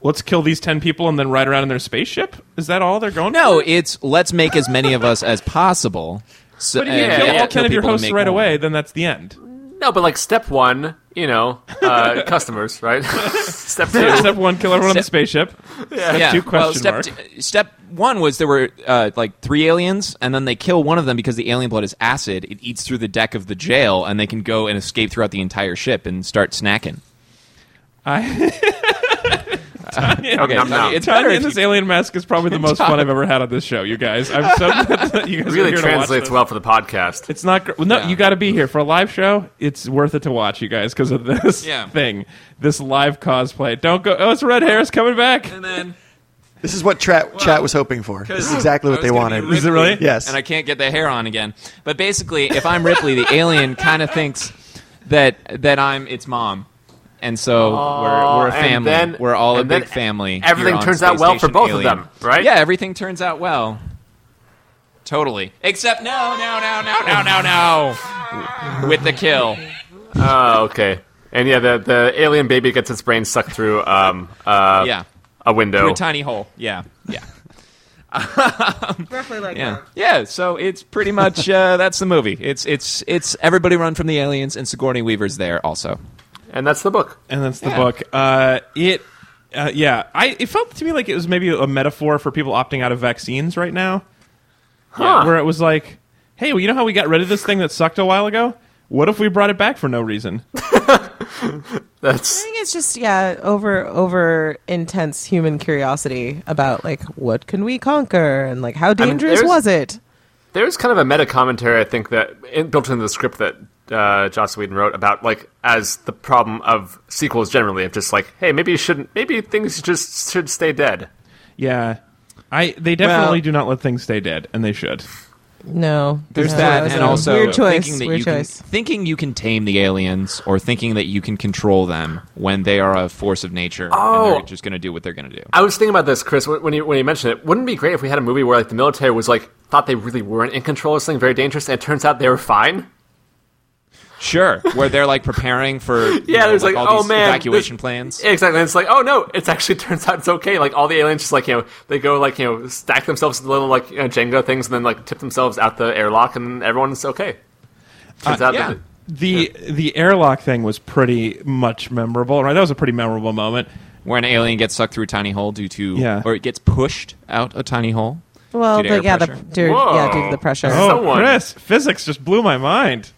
let's kill these ten people and then ride around in their spaceship. Is that all they're going? No, for? it's let's make as many of us as possible. So, But if you yeah, kill yeah, [LAUGHS] all ten of your hosts right away, then that's the end. No, but like step one, you know, [LAUGHS] uh, customers, right? step two, Step one, kill everyone on the spaceship. Step yeah. two, question well, step mark. t- step one was there were uh, like three aliens, and then they kill one of them because the alien blood is acid. It eats through the deck of the jail, and they can go and escape throughout the entire ship and start snacking. I, Nom, nom, nom. it's better Tanya if in you- this alien mask is [LAUGHS] probably the most fun I've ever had on this show, you guys. I'm so glad that you guys are really here to watch translates this. well for the podcast. It's not. Gr- well, no, Yeah. you got to be here for a live show. It's worth it to watch, you guys, because of this Yeah. thing, this live cosplay. Don't go. Oh, it's Red Harris coming back. and then This is what tra- chat was hoping for. This is exactly what they wanted. Is it really? Yes. And I can't get the hair on again. But basically, if I'm Ripley, the alien kind of thinks that that I'm its mom. And so we're, we're a Oh, and family. then- we're all a and then big family. everything here on turns out Space well for Station both of Alien. them, right? Yeah, everything turns out well. Totally. Except no, no, no, no, no, no, no. With the kill. Oh, okay. And yeah, the the alien baby gets its brain sucked through um, uh, yeah. a Through window. a tiny hole. Yeah. Yeah. [LAUGHS] Roughly like Yeah. Yeah, so it's pretty much uh, that's the movie. It's it's it's everybody run from the aliens and Sigourney Weaver's there also. and that's the book. and that's the book. Uh, it, uh, yeah, I it felt to me like it was maybe a metaphor for people opting out of vaccines right now, Huh. where it was like, hey, well, you know how we got rid of this thing that sucked a while ago? What if we brought it back for no reason? That's I think it's just yeah, over over intense human curiosity about like what can we conquer and like how mean, dangerous there's- was it? There's kind of a meta commentary, I think, that in, built into the script that uh, Joss Whedon wrote about, like, as the problem of sequels generally, of just like, hey, maybe you shouldn't, maybe things just should stay dead. Yeah, I they definitely Well- do not let things stay dead, and they should. No, There's No, that, it's and a also weird choice. thinking that Weird you choice. can thinking you can tame the aliens, or thinking that you can control them when they are a force of nature and Oh. they're just going to do what they're going to do. I was thinking about this, Chris, when when you when you mentioned it. Wouldn't it be great if we had a movie where like the military was like thought they really weren't in control of something very dangerous, and it turns out they were fine? Sure, where they're like [LAUGHS] preparing for you Yeah, know, there's like, all oh these man, evacuation this- plans. Exactly. And it's like, oh no, it actually [LAUGHS] turns out it's okay. Like all the aliens just like you know they go like you know stack themselves into little like you know, Jenga things, and then like tip themselves out the airlock, and everyone's okay. Turns out yeah. that- The the airlock thing was pretty much memorable, right? That was a pretty memorable moment. where an alien gets sucked through a tiny hole due to, Yeah. or it gets pushed out a tiny hole. Well, due to the, air yeah, the, pressure. due, yeah, due to the Whoa. pressure. Oh, Someone. Chris, physics just blew my mind.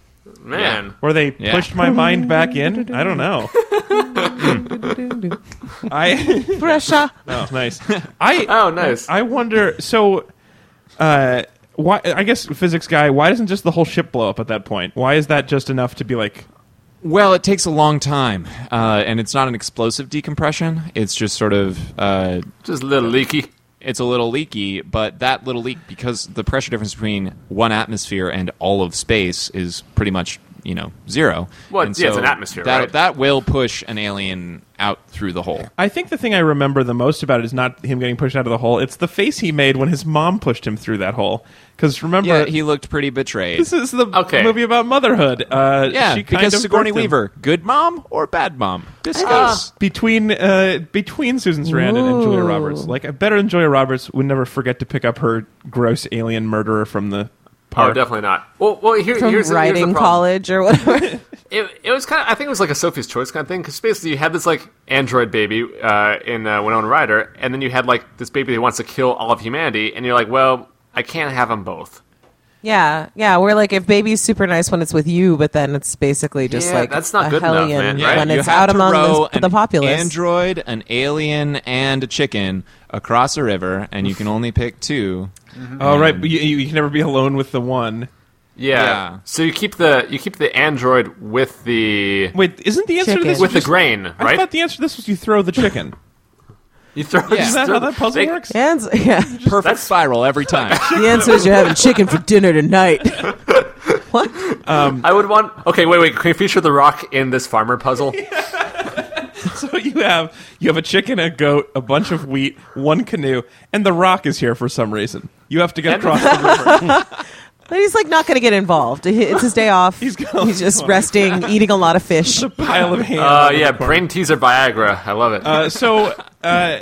Man, Or they Yeah. pushed my mind back in. I don't [LAUGHS] know. I [LAUGHS] [LAUGHS] Pressure. oh, nice. I Oh, nice. I wonder. So, uh, why? I guess physics guy. Why doesn't just the whole ship blow up at that point? Why is that just enough to be like? Well, it takes a long time, uh, and it's not an explosive decompression. It's just sort of uh, Just a little leaky. it's a little leaky, but that little leak because the pressure difference between one atmosphere and all of space is pretty much you know zero. Well, And yeah, it's an atmosphere, That, right? that will push an alien out through the hole. I think the thing I remember the most about it is not him getting pushed out of the hole. It's the face he made when his mom pushed him through that hole. Because remember, Yeah, he looked pretty betrayed. this is the Okay. movie about motherhood. Uh, Yeah, she kind because of Sigourney birthed him. Weaver, good mom or bad mom? Discuss. between uh, between Susan Sarandon and Julia Ooh. Roberts. Like I better than Julia Roberts would never forget to pick up her gross alien murderer from the Oh, park. definitely not. Well, well here, From here's, writing here's the problem. college or [LAUGHS] whatever. It, it was kind of, I think it was like a Sophie's Choice kind of thing, because basically you had this like android baby uh, in uh, Winona Ryder, and then you had like this baby that wants to kill all of humanity, and you're like, well, I can't have them both. yeah, yeah. We're like, if baby's super nice when it's with you, but then it's basically just Yeah, like that's not a good enough, hellion man, Right? right? when You it's have out to among row the, the an populace. android, an alien, and a chicken across a river, and you can only pick two. Oh right, but you, you can never be alone with the one. Yeah. Yeah. So you keep the you keep the android with the Wait, isn't the answer to this Chicken. with the just- grain, I right? thought the answer to this was you throw the chicken. you throw. Yeah. just Is that throw how the- that puzzle they- works? And [LAUGHS] [LAUGHS] yeah. Perfect spiral every [LAUGHS] time. The answer is you're having chicken for [LAUGHS] dinner tonight. what? I would want. Okay, wait, wait. Can we feature the rock in this farmer [LAUGHS] puzzle? So you have you have a chicken, a goat, a bunch of wheat, one canoe, and the rock is here for some reason. You have to get across the river. But he's like not going to get involved. He- It's [LAUGHS] his day off. he's, going- just resting, eating a lot of fish. It's a pile of Uh, ham. Uh, yeah, brain teaser Viagra. I love it. Uh, so, uh,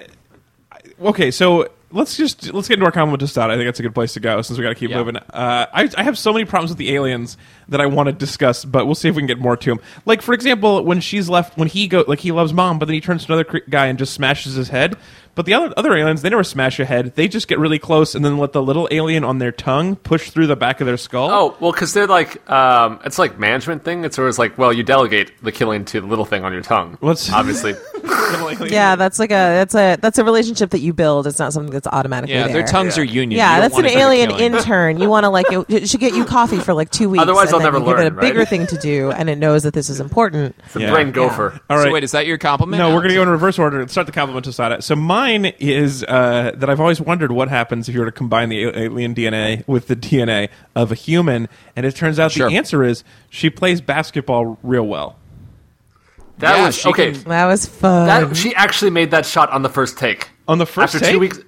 okay, so let's just let's get into our combo tostada. I think that's a good place to go since we got to keep Yeah. moving. Uh, I I have so many problems with the aliens that I want to discuss, but we'll see if we can get more to them. Like for example, when she's left, when he go like he loves mom, but then he turns to another cre- guy and just smashes his head. But the other other aliens, they never smash a head. They just get really close and then let the little alien on their tongue push through the back of their skull. Oh well, because they're like um, it's like management thing. It's always like, well, you delegate the killing to the little thing on your tongue. What's- obviously? [LAUGHS] Little alien. Yeah, that's like a that's a that's a relationship that you build. It's not something that's automatically Yeah, there. their tongues are union. Yeah, You don't that's an want it for the alien killing. intern. You want to like it, it should get you coffee for like two weeks. Otherwise and they'll then never you give it learn, a right? bigger thing to do, and it knows that this is important. It's a Yeah. brain gopher. All right. So wait, is that your compliment? No, we're Alex? going to go in reverse order and start the compliment tostada. So mine is uh, that I've always wondered what happens if you were to combine the a- alien DNA with the DNA of a human, and it turns out Sure. the answer is she plays basketball real well. That Yeah, was she okay. can- That was fun. That she actually made that shot on the first take. On the first after take? two weeks,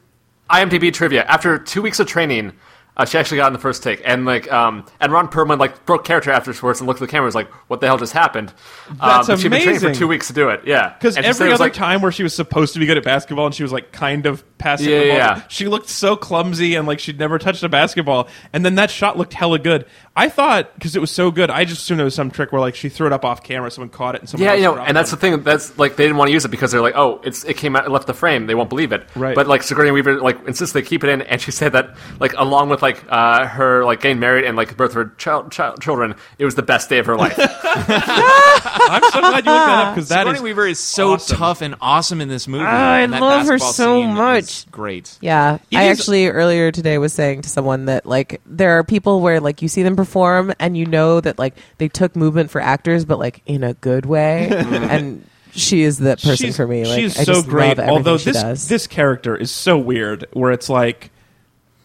IMDb trivia. After two weeks of training, uh, she actually got on the first take, and like, um, and Ron Perlman like broke character afterwards and looked at the camera, and was like, "What the hell just happened?" That's um, but She'd been training for amazing. two weeks to do it. Yeah, Because And she said every it was other like, time where she was supposed to be good at basketball and she was like kind of passing Yeah, the ball, yeah. she looked so clumsy and like she'd never touched a basketball. And then that shot looked hella good. I thought because it was so good, I just assumed there was some trick where like she threw it up off camera, someone caught it, and someone Yeah, else you know, dropped and that's the it. thing. That's like they didn't want to use it because they're like, oh, it's it came out, it left the frame. They won't believe it. Right. But like Sigourney Weaver, like insists they keep it in, and she said that like along with like uh, her like getting married and like the birth of her child, child children, it was the best day of her life. I'm [LAUGHS] so glad you looked that up because that Sigourney is Weaver is so awesome. tough and awesome in this movie. I and that love her basketball so scene much. is Great. Yeah. It I is- actually earlier today was saying to someone that like there are people where like you see them perform and you know that like they took movement for actors but like in a [LAUGHS] good way and she is that person she's, for me. Like she's I so just great. Love everything although she this does. this character is so weird, where it's like,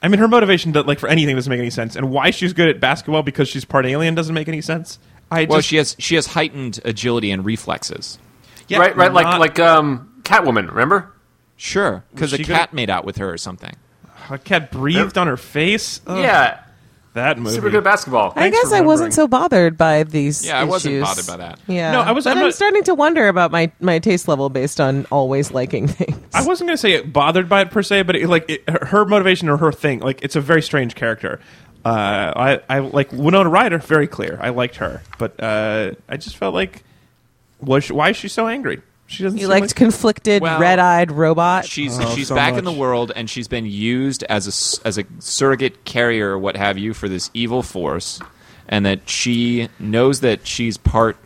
I mean, her motivation to, like for anything doesn't make any sense, and why she's good at basketball because she's part alien doesn't make any sense. I Well, just, she has she has heightened agility and reflexes. [LAUGHS] yeah, right, right, like not- like um, Catwoman. Remember? Sure, because a she cat gonna- made out with her or something. a cat breathed on her face. Ugh, yeah, that movie. super good basketball. I Thanks guess for I wasn't remembering. so bothered by these. Yeah, I wasn't issues. bothered by that. Yeah, No, I was- But I'm I'm, not- starting to wonder about my my taste level based on always liking [LAUGHS] things. I wasn't gonna say it bothered by it per se, but it, like it, her, her motivation or her thing, like it's a very strange character. Uh, I, I like Winona Ryder, very clear. I liked her, but uh, I just felt like, was she, why is she so angry? She doesn't. you seem liked like- conflicted, Well, red-eyed robot. She's Oh, she's so back in much. the world and she's been used as a s- as a surrogate carrier or what have you for this evil force, and that she knows that she's part.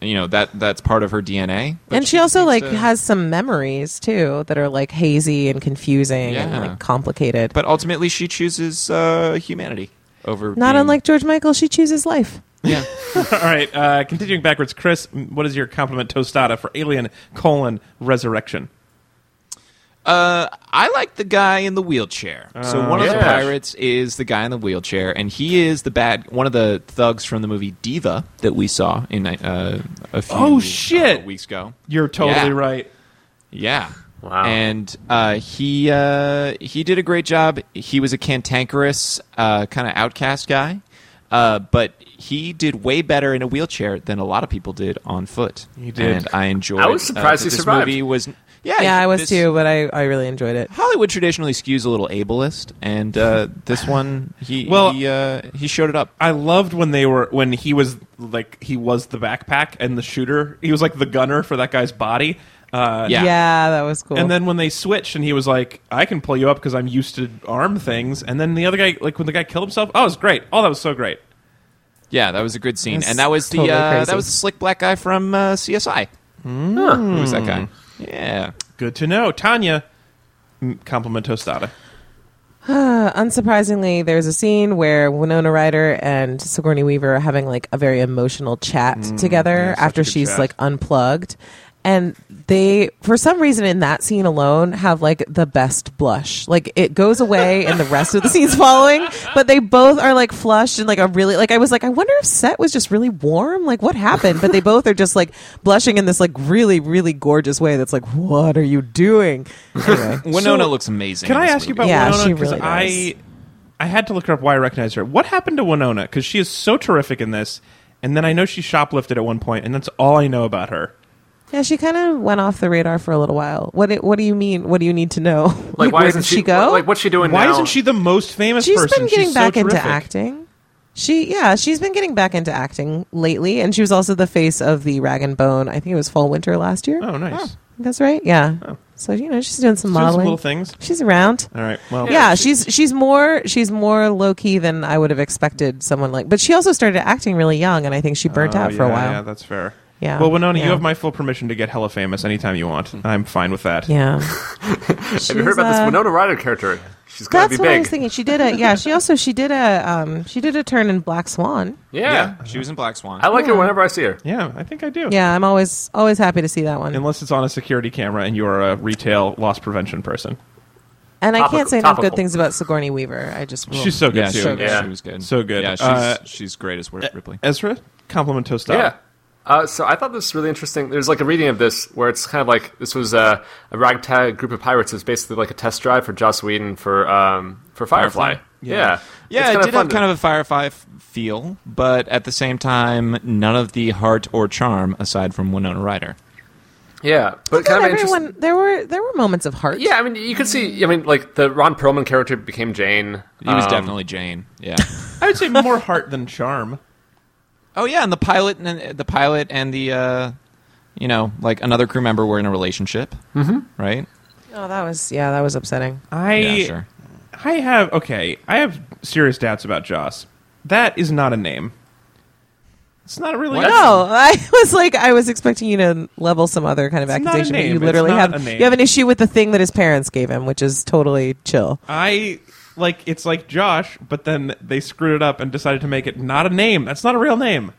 You know that that's part of her DNA. but and she also like needs to- has some memories too that are like hazy and confusing and Yeah. like complicated. But ultimately, she chooses uh, humanity over not being- unlike George Michael, she chooses life. yeah. All right. Uh, continuing backwards, Chris, m- what is your compliment tostada for Alien colon Resurrection? I like the guy in the wheelchair. so Oh, one of the yeah. pirates is the guy in the wheelchair, and he is the bad one of the thugs from the movie Diva that we saw in uh, a few Oh, shit. uh, weeks ago. You're totally Yeah. right. Yeah. Wow. And uh, he uh, he did a great job. He was a cantankerous uh, kind of outcast guy, uh, but he did way better in a wheelchair than a lot of people did on foot. He did. And I enjoyed. I was uh, surprised that he this survived. Movie was yeah. Yeah, I was this- too, but I, I really enjoyed it. Hollywood traditionally skews a little ableist, and uh, this one he Well- he, uh, he showed it up. I loved when they were when he was like he was the backpack and the shooter. He was like the gunner for that guy's body. Uh, Yeah. Yeah. that was cool. And then when they switched, and he was like, "I can pull you up because I'm used to arm things." And then the other guy, like when the guy killed himself, oh, it was great. Oh, that was so great. Yeah, that was a good scene, That's and that was the totally uh, crazy. that was the slick black guy from uh, CSI. Who was that guy? Hmm. Yeah, Good to know, Tanya. m- Compliment tostada. unsurprisingly, there's a scene where Winona Ryder and Sigourney Weaver are having like a very emotional chat together Mm, such a after good she's chat. like unplugged. And they, for some reason, in that scene alone, have like the best blush. Like it goes away in the rest of the scenes [LAUGHS] following, but they both are like flushed and like a really like I was like I wonder if set was just really warm. Like what [LAUGHS] happened? But they both are just like blushing in this like really really gorgeous way. That's like what are you doing? Anyway. Winona looks amazing. Can in I this ask you movie. about Yeah, Winona? she 'Cause really I I had to look her up why I recognize her. What happened to Winona? Because she is so terrific in this, and then I know she shoplifted at one point, and that's all I know about her. Yeah, she kind of went off the radar for a little while. What do- What do you mean? What do you need to know? Like, why Where isn't did she, go? Like, what's she doing Why now? isn't she the most famous She's person? been getting She's so back into terrific. acting. She yeah, she's been getting back into acting lately, and she was also the face of the Rag and Bone. I think it was fall winter last year. Oh, nice. That's right. Yeah. So you know she's doing some Doing some modeling. little things. She's around. All right. Well, Yeah, she's she's more she's more low key than I would have expected someone like. But she also started acting really young, and I think she burnt Oh, out for a yeah, while. Yeah, that's fair. Yeah, Well, Winona, you yeah. have my full permission to get hella famous anytime you want. I'm fine with that. Yeah. Have you heard about this Winona Ryder character? She's gonna uh, That's be what big. I was thinking. She did a yeah. She also she did a um she did a turn in Black Swan. Yeah. She was in Black Swan. I like her whenever I see her. Yeah, I think I do. Yeah, I'm always always happy to see that one. Unless it's on a security camera and you're a retail loss prevention person. And I Topical- can't say enough topical. good things about Sigourney Weaver. I just will. She's so good yeah, too. she, Yeah. she was good. So good. Yeah, she's, Uh, she's great as Wyatt Ripley. Ezra, compliment toast up. Yeah. Uh, so I thought this was really interesting. There's like a reading of this where it's kind of like this was a, a ragtag group of pirates. It's basically like a test drive for Joss Whedon for um, for Firefly. Firefly. Yeah, Yeah, it did have kind of a Firefly f- feel, but at the same time, none of the heart or charm aside from Winona Ryder. yeah, but Not kind of interesting. everyone. There were there were moments of heart. Yeah, I mean, you could see. I mean, like the Ron Perlman character became Jane. He was Um, definitely Jane. [LAUGHS] Yeah. I would say more heart than charm. oh yeah, and the pilot and the pilot and the uh, you know like another crew member were in a relationship, mm-hmm. right? Oh, that was yeah, that was upsetting. [LAUGHS] I yeah, sure. I have okay. I have serious doubts about Joss. That is not a name. It's not really. No, I [LAUGHS] was like, I was expecting you to level some other kind of It's not a accusation, but name. you It's literally not have a name. you have an issue with the thing that his parents gave him, which is totally chill. I like it's like Josh, but then they screwed it up and decided to make it not a name. That's not a real name.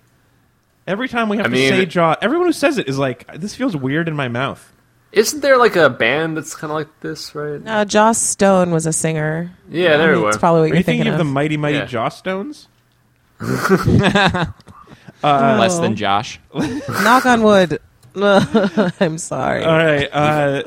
Every time we have I to mean- say Josh, everyone who says it is like, "This feels weird in my mouth." Isn't there like a band that's kind of like this, right? Uh, Joss Stone was a singer. Yeah, there I we mean, were. It's probably what Are you're you thinking thinking of the of. mighty mighty Yeah. Joss Stones? uh, Less than Josh. Knock on wood. [LAUGHS] I'm sorry. All right. Uh,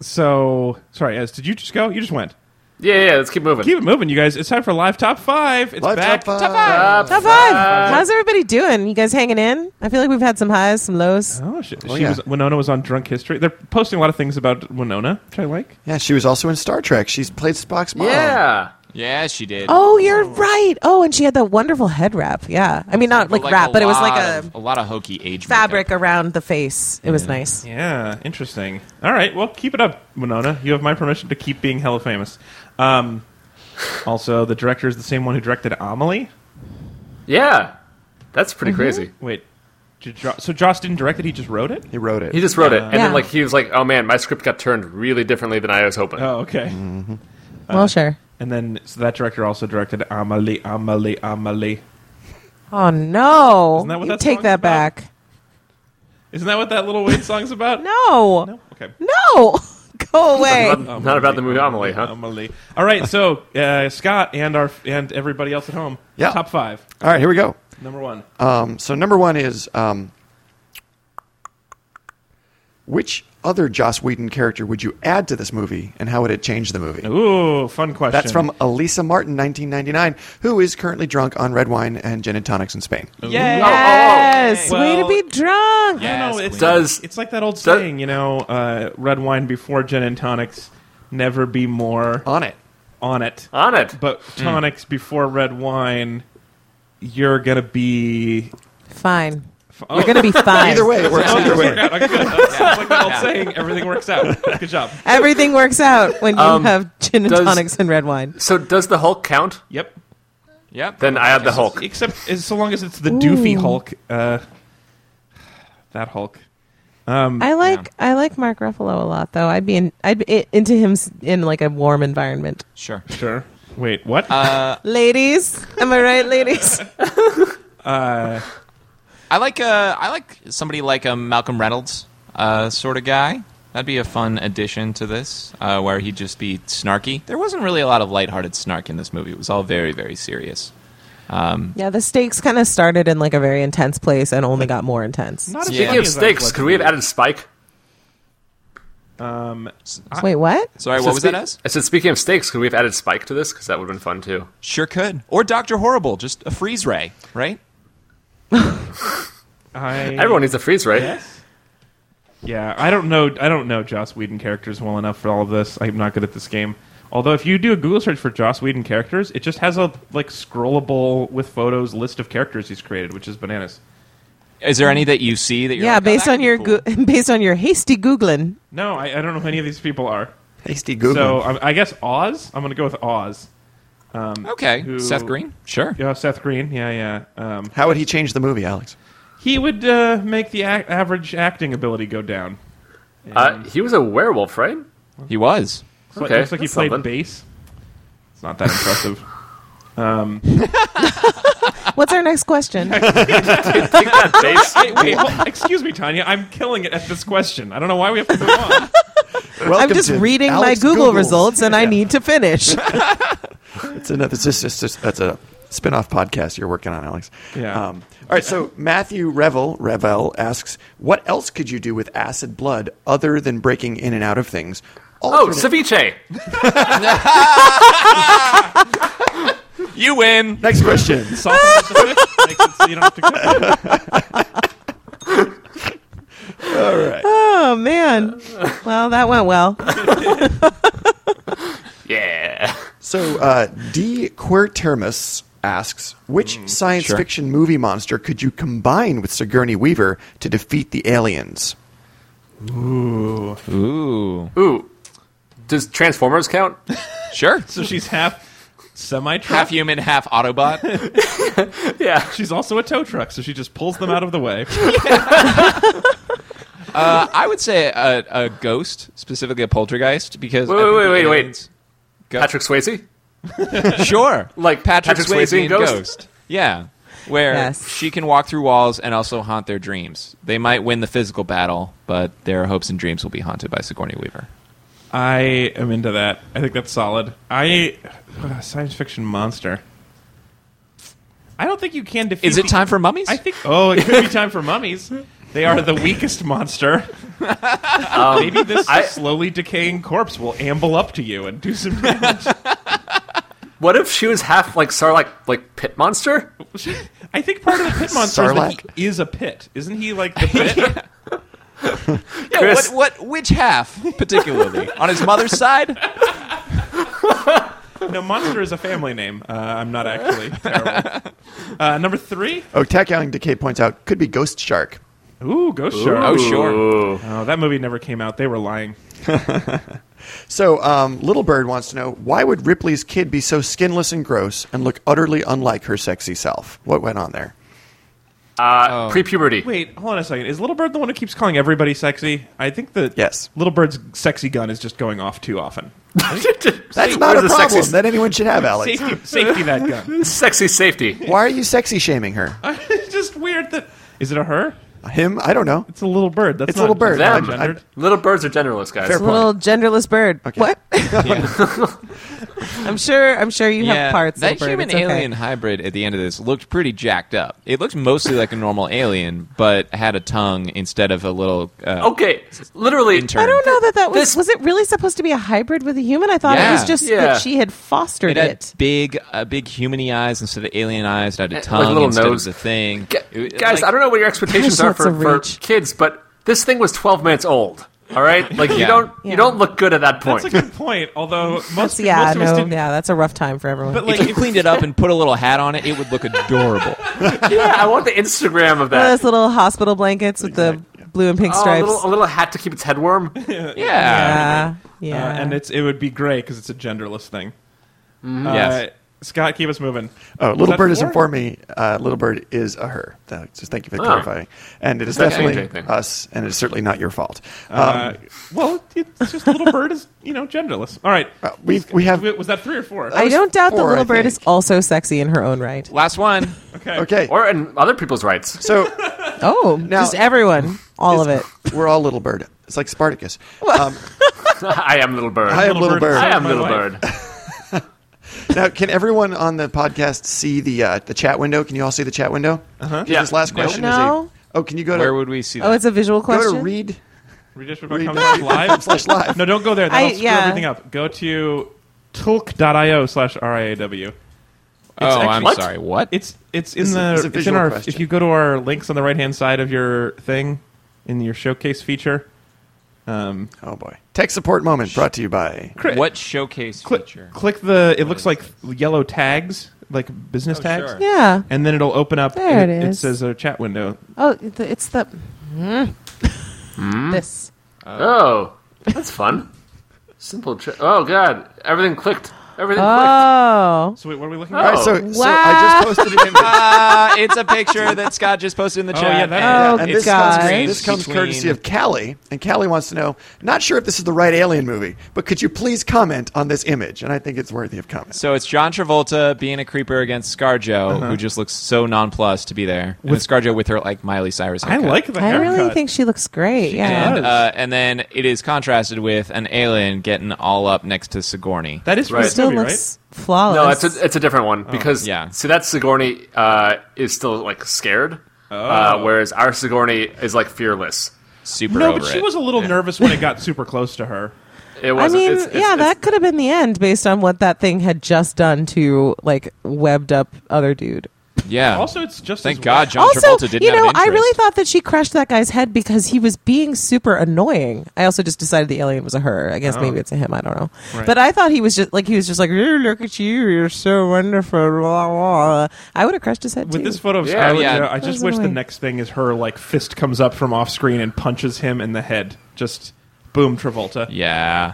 so sorry, Ez, did you just go? You just went. yeah, yeah. Let's keep moving. Keep it moving, you guys. It's time for live top five. It's Live back. top Top five. Uh, Top five. How's everybody doing? You guys hanging in? I feel like we've had some highs, some lows. Oh, she, Oh, she yeah. was Winona was on Drunk History. They're posting a lot of things about Winona, which I like. Yeah, she was also in Star Trek. She's played Spock's mom. yeah. Yeah, she did. Oh, you're right. Oh, and she had that wonderful head wrap. Yeah, I mean not But, like, wrap, a but it was lot like a of- a lot of hokey age fabric makeup. around the face. It was nice. Yeah, interesting. All right, well, keep it up, Winona. You have my permission to keep being hella famous. Um, also, the director is the same one who directed Amelie. Yeah. That's pretty crazy. Wait, did Jo- so Joss didn't direct it; he just wrote it. He wrote it. He just wrote it, and Yeah. then like he was like, "Oh man, my script got turned really differently than I was hoping." Oh, okay. Well, sure. And then, so that director also directed Amelie, Amelie, Amelie. Oh no! Isn't that what you that take song's that about? back. Isn't that what that Little Wayne song's about? No, no, No. Oh, Okay. [LAUGHS] go away. Not about- not about the movie Amelie, huh? Amelie. All right, so uh, Scott and our and everybody else at home. Yeah. Top five. All right, here we go. Number one. Uh, Um, so number one is um, which other Joss Whedon character would you add to this movie, and how would it change the movie? Ooh, fun question. That's from Elisa Martin, 1999, who is currently drunk on red wine and gin and tonics in Spain. Yay. yes, way oh. Well- to be drunk. I don't know. Yes, It's, Does- it's like that old does- saying, you know, uh, red wine before gin and tonics, never be more Uh, On it. on it. On it. But tonics before red wine, you're [LAUGHS] gonna be. Fine, you're gonna be fine. Either way, it works. Either way. Yeah, okay, good. It's like that old saying, everything works out. Good job. everything works out when you have gin and does- tonics and red wine. So does the Hulk count? Yep. Yep. Then I add the Hulk. Except as so long as it's the doofy Hulk, uh, that Hulk. I like I like Mark Ruffalo a lot though. I'd be in, I'd be i- into him s- in like a warm environment. Sure. Sure. Wait, what? Uh, Ladies, am I [LAUGHS] right, ladies? I like uh, I like somebody like a Malcolm Reynolds uh, sort of guy. That'd be a fun addition to this, uh, where he'd just be snarky. There wasn't really a lot of lighthearted snark in this movie. It was all very, very serious. yeah, the stakes kind of started in like a very intense place and only got more intense. Not as Speaking funny Speaking of as I stakes, was could we have added Spike? Wait, what? Sorry, So what was spe- that as? I said, speaking of stakes, could we have added Spike to this? Because that would have been fun too. Sure could. Or Doctor Horrible, just a freeze ray, right? I, Everyone needs a freeze ray. Yes. Yeah, I don't know. I don't know Joss Whedon characters well enough for all of this. I'm not good at this game. Although, if you do a Google search for Joss Whedon characters, it just has a like scrollable with photos list of characters he's created, which is bananas. Is there any that you see that you're yeah, like, oh, based that on could be your cool? goo- [LAUGHS] based on your hasty googling. No, I, I don't know who any of these people are. Hasty Google. So I, I guess Oz. I'm going to go with Oz. okay, who- Seth Green, sure. Yeah, Seth Green. Yeah, yeah. Um, How would he change the movie, Alex? he would uh, make the ac average acting ability go down. Uh, he was a werewolf, right? He was. So Okay, it looks like he that's played something. bass. It's not that [LAUGHS] impressive. What's our next [LAUGHS] question? Take that face. [LAUGHS] Hey, wait, well, excuse me, Tanya. I'm killing it at this question. I don't know why we have to move on. I'm Welcome just to reading Alex my Google Googles. results and I need [LAUGHS] to finish. It's another. It's just, it's just- that's a spin-off podcast you're working on, Alex. Um, Yeah. all right. So Matthew Revel Revel asks, "What else could you do with acid blood other than breaking in and out of things?" Oh, Alternate- ceviche. You win. next question. Soften up the stomach, makes it so you don't have to cook. oh man. Well, that went well. Yeah. So uh, D Quirtermus asks, "Which science fiction movie monster could you combine with Sigourney Weaver to defeat the aliens?" Ooh, Ooh. Does Transformers count? sure. So she's half semi Half truck. human, half [LAUGHS] Autobot. Yeah. She's also a tow truck, so she just pulls them out of the way. Uh, I would say a, a ghost, specifically a poltergeist, because Wait, I think wait, the wait, wait, aliens- Go- Patrick Swayze? [LAUGHS] sure, Like Patrick, Patrick Swayze, Swayze in and Ghost? Yeah, where Yes. she can walk through walls and also haunt their dreams. They might win the physical battle, but their hopes and dreams will be haunted by Sigourney Weaver. I am into that. I think that's solid. I uh, science fiction monster. I don't think you can defeat. Is it the- time for mummies? I think. Oh, it could be time for mummies. They are the weakest monster. Um, Maybe this I- slowly decaying corpse will amble up to you and do some [LAUGHS] damage. What if she was half like Sarlacc, like pit monster? I think part of the pit monster is, that Sarlacc. he is a pit. Isn't he [LAUGHS] like the pit? Yeah, Chris. what, what, which half particularly on his mother's side? No, monster is a family name. Uh, I'm not actually terrible. Uh, number three. Oh, Tachyon Decay points out could be Ghost Shark. Ooh, Ghost Oh, Shark. sure. Ooh. Oh, that movie never came out. They were lying. So, um, Little Bird wants to know why would Ripley's kid be so skinless and gross and look utterly unlike her sexy self? What went on there? Uh, Pre-puberty. [LAUGHS] Wait, hold on a second. Is Little Bird the one who keeps calling everybody sexy? I think that Yes. Little Bird's sexy gun is just going off too often. That's not a where's the problem sexy- that anyone [LAUGHS] should have, Alex. Safety, safety that gun. [LAUGHS] Sexy safety. Why are you sexy shaming her? it's just weird that. Is it a her? Him? I don't know. It's a little bird. That's It's not Little Bird. Them. not gendered. Little birds are genderless, guys. Fair- Little genderless bird. [LAUGHS] Okay. What? [LAUGHS] I'm sure I'm sure [LAUGHS] you have parts that of bird. human It's okay. alien hybrid at the end of this looked pretty jacked up. It looked mostly like a normal alien, but had a tongue instead of a little. Uh, Oh, Okay, literally. Intern. I don't know that that was. This- was it really supposed to be a hybrid with a human? I thought it Yeah. was just Yeah. that she had fostered It it. had big, uh, big humany eyes instead of alien eyes. It had a like tongue little instead nose. of the thing. Gu- It- it- guys, like- I don't know what your expectations are There's for, lots for of reach. kids, but this thing was 12 minutes old. All right, like you Yeah. don't Yeah. you don't look good at that point. That's a good point. Although most, yeah, most of us no, didn't. yeah, that's a rough time for everyone. But If [LAUGHS] like, you cleaned it up and put a little hat on it, it would look [LAUGHS] adorable. yeah, I want the Instagram of One of that. those little hospital blankets with the blue and pink Oh, a stripes. little, a little hat to keep its head warm. Yeah. yeah, uh, yeah. and it's it would be great because it's a genderless thing. Uh, Yes. Scott, keep us moving. Oh, Was Little that Bird has four? informed me. Uh, Little Bird is a her. Uh, Just thank you Ah. for clarifying. And it is Does that change definitely anything? us, and it's certainly not your fault. Um, Uh, well, it's just Little Bird is you know genderless. All right, Uh, we- we have- was that three or four? I don't doubt that four, little I bird is think. also sexy in her own right. Last one. okay. Um, okay. Or in other people's rights. [LAUGHS] so Oh, Now- just everyone, all of it. we're all Little Bird. It's like Spartacus. Um, I am little bird. I am Little Bird. I am My little wife. bird. now, can everyone on the podcast see the uh, the chat window? Can you all see the chat window? Uh-huh. Yeah. This last question is No. a. Oh, can you go to Where would we see Oh, that? it's a visual go question. to read? Redistribute.com Read- [LAUGHS] slash live slash live. No, don't go there. I- That'll screw yeah. everything up. Go to tulk.io slash riaw. oh, I'm actually- sorry. What? It's it's in It's a- the it's a it's, in visual our question. if you go to our links on the right hand side of your thing, in your showcase feature. Oh boy. Tech support moment brought to you by. What showcase Click, feature? click the. It looks like yellow tags, like business Oh, tags. sure. Yeah. And then it'll open up. There and it It is. says a chat window. Oh, th- it's the. Mm. This. Oh, that's fun. Simple. Tri- oh God, everything clicked. Everything Oh. So wait, what are we looking Oh. at? All right, so, so I just posted an image. [LAUGHS] Uh, it's a picture that Scott just posted in the Oh, chat. yeah, that- and [LAUGHS] Oh, and it's this God. comes, screen this comes between- courtesy of Callie, and Callie wants to know. Not sure if this is the right Alien movie, but could you please comment on this image? And I think it's worthy of comment. So it's John Travolta being a creeper against ScarJo, Uh-huh. who just looks so nonplussed to be there. With and ScarJo with her like Miley Cyrus. I Haircut. like the I haircut. really think she looks great. yeah. And, does. uh, and then it is contrasted with an alien getting all up next to Sigourney. that is from Right. this Still movie, right? looks flawless. No, it's a, it's a different one because yeah. See, that Sigourney uh, is still like scared, uh, whereas our Sigourney is like fearless. Super No, over but she it. was a little nervous when it [LAUGHS] got super close to her. It I was. mean, it's, it's, yeah, it's- that could have been the end based on what that thing had just done to like webbed up other dude. yeah. Also, it's just Thank as God, well. John also, Travolta didn't you know, have an I interest. really thought that she crushed that guy's head because he was being super annoying. I also just decided the alien was a her. I guess maybe it's a him. I don't know. But I thought he was just like he was just like, "Ooh, look at you, you're so wonderful. Blah, blah. I would have crushed his head With too. this photo of Yeah. Scarlett, Yeah. Johansson, I just Doesn't wish the really- next thing is her like fist comes up from off screen and punches him in the head. Just boom, Travolta. yeah.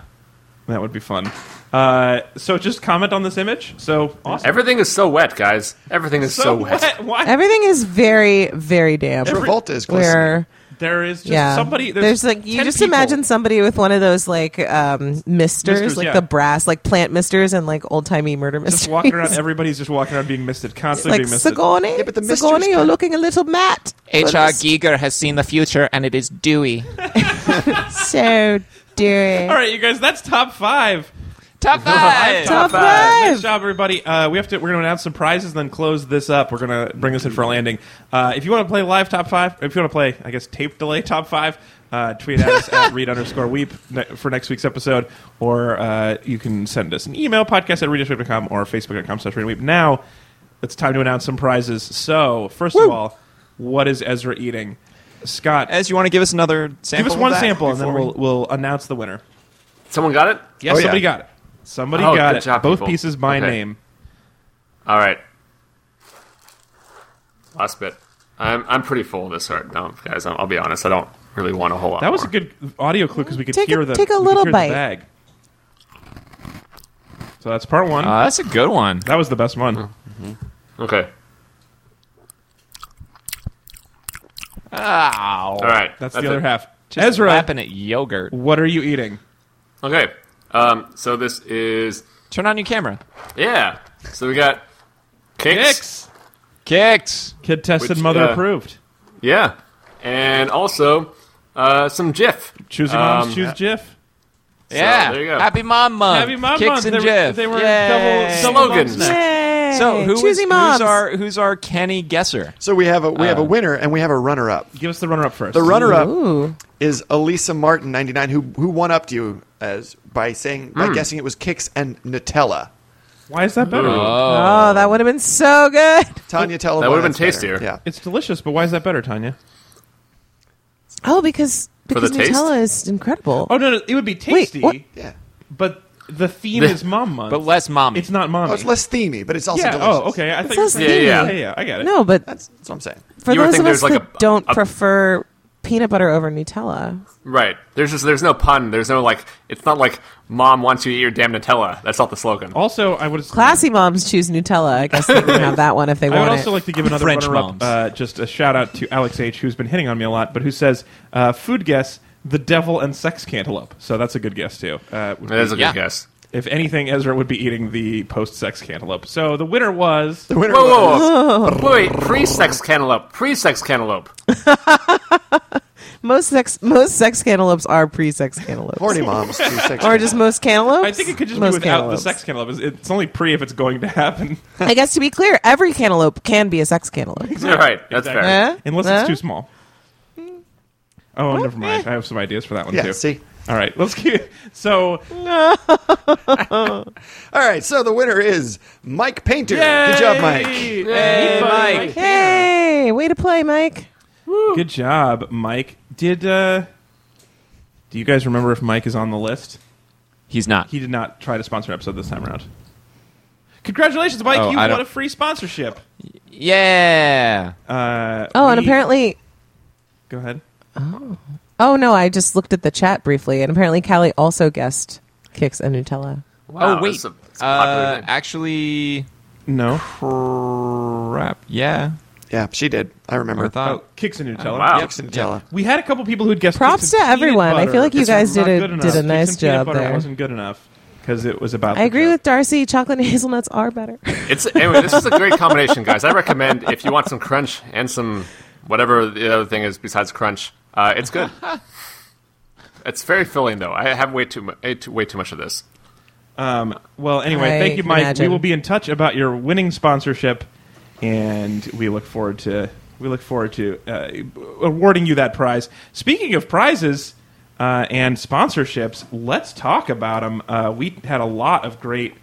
That would be fun. Uh, so just comment on this image. So awesome. everything is so wet, guys. Everything is so, wet. Why? Everything is very, very damp. Travolta is glistening. Where there is just yeah, somebody. There's, like you 10 just people. imagine somebody with one of those like um, misters, Misters, like yeah. the brass, like plant misters and like old timey murder misters. just walking [LAUGHS] around. Everybody's just walking around being misted, constantly like being misted. Sigourney, Yeah, but the misters Sigourney, you're can- looking a little matte. H.R. Giger has seen the future and it is dewy. So dewy. All right, you guys, that's top five. [LAUGHS] Top five! Top Good five. job, everybody. Uh, we have to. We're going to announce some prizes, and then close this up. We're going to bring this in for a landing. Uh, if you want to play live top five, if you want to play, I guess tape delay top five, uh, tweet at us at read underscore weep ne- for next week's episode, or uh, you can send us an email podcast at readweep.com or facebook.com slash readweep. Now it's time to announce some prizes. So first of all, what is Ezra eating? Scott, As you want to give us another sample? give us of one that sample, and then before we- we'll we'll announce the winner. Someone got it. Yes, Oh, yeah. somebody got it. Somebody Oh, got good it. job, Both people. pieces by Okay. name. All right. Last bit. I'm I'm pretty full of this heart now, guys. I'll, I'll be honest. I don't really want a whole lot. That was a more. good audio clue because we could Take a- hear the take a we could little hear the bite. bag. So that's part one. Uh, that's a good one. that was the best oh, one. Okay. Ow. All right. That's, the other it. half. Just Ezra, lapping at yogurt. what are you eating? Okay. Um. So this is Turn on your camera. yeah. So we got cakes. Kicks. Kicked. Kid tested, Which, mother uh, approved. Yeah. And also uh, some Jif. Choosing moms, um, choose Jif. yeah. there you go. Happy Mom Month. Happy Mom Kicks Month. and They were- Jeff. they were Yay. double- double Slogans. moms now. Yay. So who Choosy is, who's moms. our who's our Kenny guesser? So we have a we have a Uh. winner and we have a runner up. Give us the runner up first. The runner up Ooh. is Elisa Martin, ninety nine, who who won up to you as by saying by guessing it was Kicks and Nutella. Why is that better? Oh, that would have been so good. Tanya, tell That would would've have been tastier. Yeah, It's delicious, but why is that better, Tanya? Oh, because because the taste? Nutella is incredible. Oh no, no it would be Wait, tasty, what? yeah. but the [LAUGHS] theme The- is mom month. But less mommy. it's not mommy. Oh, it's less themey, but it's also yeah. delicious. Oh, okay. I thought you were says saying- themey. Yeah, yeah, yeah. yeah. I got it. no, but That's, that's what I'm saying. for You would those think of us there's like that a- don't a- prefer peanut butter over Nutella, Right. There's just there's no pun. There's no like. It's not like mom wants you to eat your damn Nutella. That's not the slogan. Also, I would classy moms choose Nutella. I guess they can have that one if [LAUGHS] they I would want also it. like to give another French runner-up, moms. uh, just a shout out to Alex H, who's been hitting on me a lot, but who says uh, food guess the devil and sex cantaloupe. So that's a good guess too. Uh, would That is a good Yeah. guess. be- if anything, Ezra would be eating the post-sex cantaloupe. So the winner was The winner Whoa, was whoa, whoa. Wait, wait, pre-sex cantaloupe. Pre-sex [LAUGHS] cantaloupe. most sex most sex cantaloupes are pre sex cantaloupes, horny moms. two six- or just most cantaloupes. I think it could just be most without cantaloupes. the sex cantaloupe. It's- It's only pre if it's going to happen, [LAUGHS] I guess to be clear, every cantaloupe can be a sex cantaloupe. You're right. That's Exactly. fair. Huh? unless Huh? it's too small. Oh, never mind. I have some ideas for that one Yeah, too. see? All right, let's [LAUGHS] keep. So All right, so the winner is Mike Painter. Good job, Mike. Hey, Mike. Hey, way to play, Mike. Good job, Mike. Did uh, do you guys remember if Mike is on the list? He's not. He did not try to sponsor an episode this time around. Congratulations, Mike! Oh, you I won don't- a free sponsorship. yeah. Uh, Oh, and we- apparently, go ahead. oh no, I just looked at the chat briefly, and apparently Callie also guessed Kicks and Nutella. Wow, oh wait. that's a- that's a popular uh, name. actually, No, crap. Yeah. Yeah, she did. I remember. I thought. Uh, kicks Oh, and Nutella. wow. Kicks and Nutella. We had a couple people who'd guessed. Props Kicks and to peanut everyone. I butter. feel like you It's guys did not a- good enough. did a Kicks and nice peanut job butter there. Wasn't good enough because it was about. I the agree joke. with Darcy. Chocolate and hazelnuts are better. It's anyway. This is a great combination, guys. I recommend if you want some crunch and some whatever the other thing is besides crunch. Uh, it's [LAUGHS] good. It's very filling, though. I have way too mu- eh, too- way too much of this. Um, well, anyway, I thank you, can Mike. We imagine. will be in touch about your winning sponsorship, and we look forward to we look forward to uh, awarding you that prize. Speaking of prizes uh, and sponsorships, let's talk about them. Uh, we had a lot of great.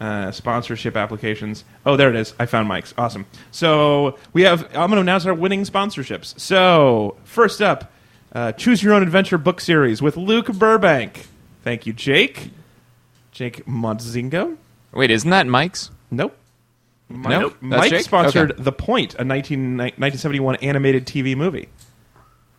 Uh, sponsorship applications. Oh, there it is. I found Mike's. Awesome. So we have. I'm going to announce our winning sponsorships. So first up, uh, choose your own adventure book series with Luke Burbank. Thank you, Jake. Jake Montzingo? Wait, isn't that Mike's? Nope. Mike, Nope. That's Mike Jake? sponsored Okay. The Point, a 19, 1971 animated TV movie.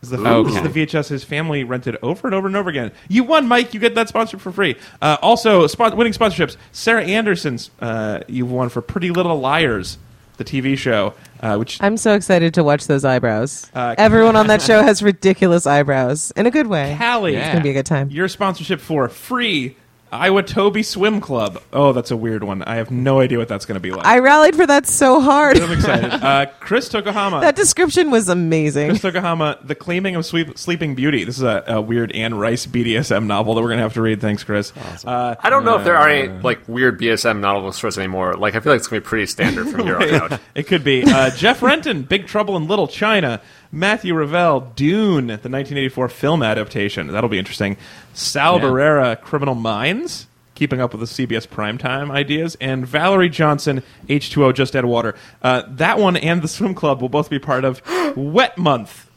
This is, the, this is Okay. the VHS his family rented over and over and over again. You won, Mike. You get that sponsored for free. Uh, also, spon- winning sponsorships. Sarah Anderson's, uh, you won for Pretty Little Liars, the TV show, uh, which [LAUGHS] I'm so excited to watch those eyebrows. Uh, Everyone on that show has ridiculous eyebrows in a good way. Hallie, It's gonna be a good time. your sponsorship for free Iowa Toby Swim Club. Oh, that's a weird one. I have no idea what that's going to be like. I rallied for that so hard. I'm [LAUGHS] excited. Uh, Chris Tokohama. that description was amazing. Chris Tokohama, The Claiming of Sweep- Sleeping Beauty. This is a, a weird Anne Rice BDSM novel that we're going to have to read. Thanks, Chris. Uh, I don't know if there are any like weird BSM novels for us anymore. Like I feel like it's gonna be pretty standard from here on [LAUGHS] out. it could be uh, Jeff Renton, Big Trouble in Little China, Matthew Ravel, Dune, the 1984 film adaptation. That'll be interesting. Sal Yeah. Barrera, Criminal Minds, keeping up with the CBS primetime ideas, and Valerie Johnson, H2O, Just Add Water. Uh, that one and the Swim Club will both be part of [GASPS] Wet Month.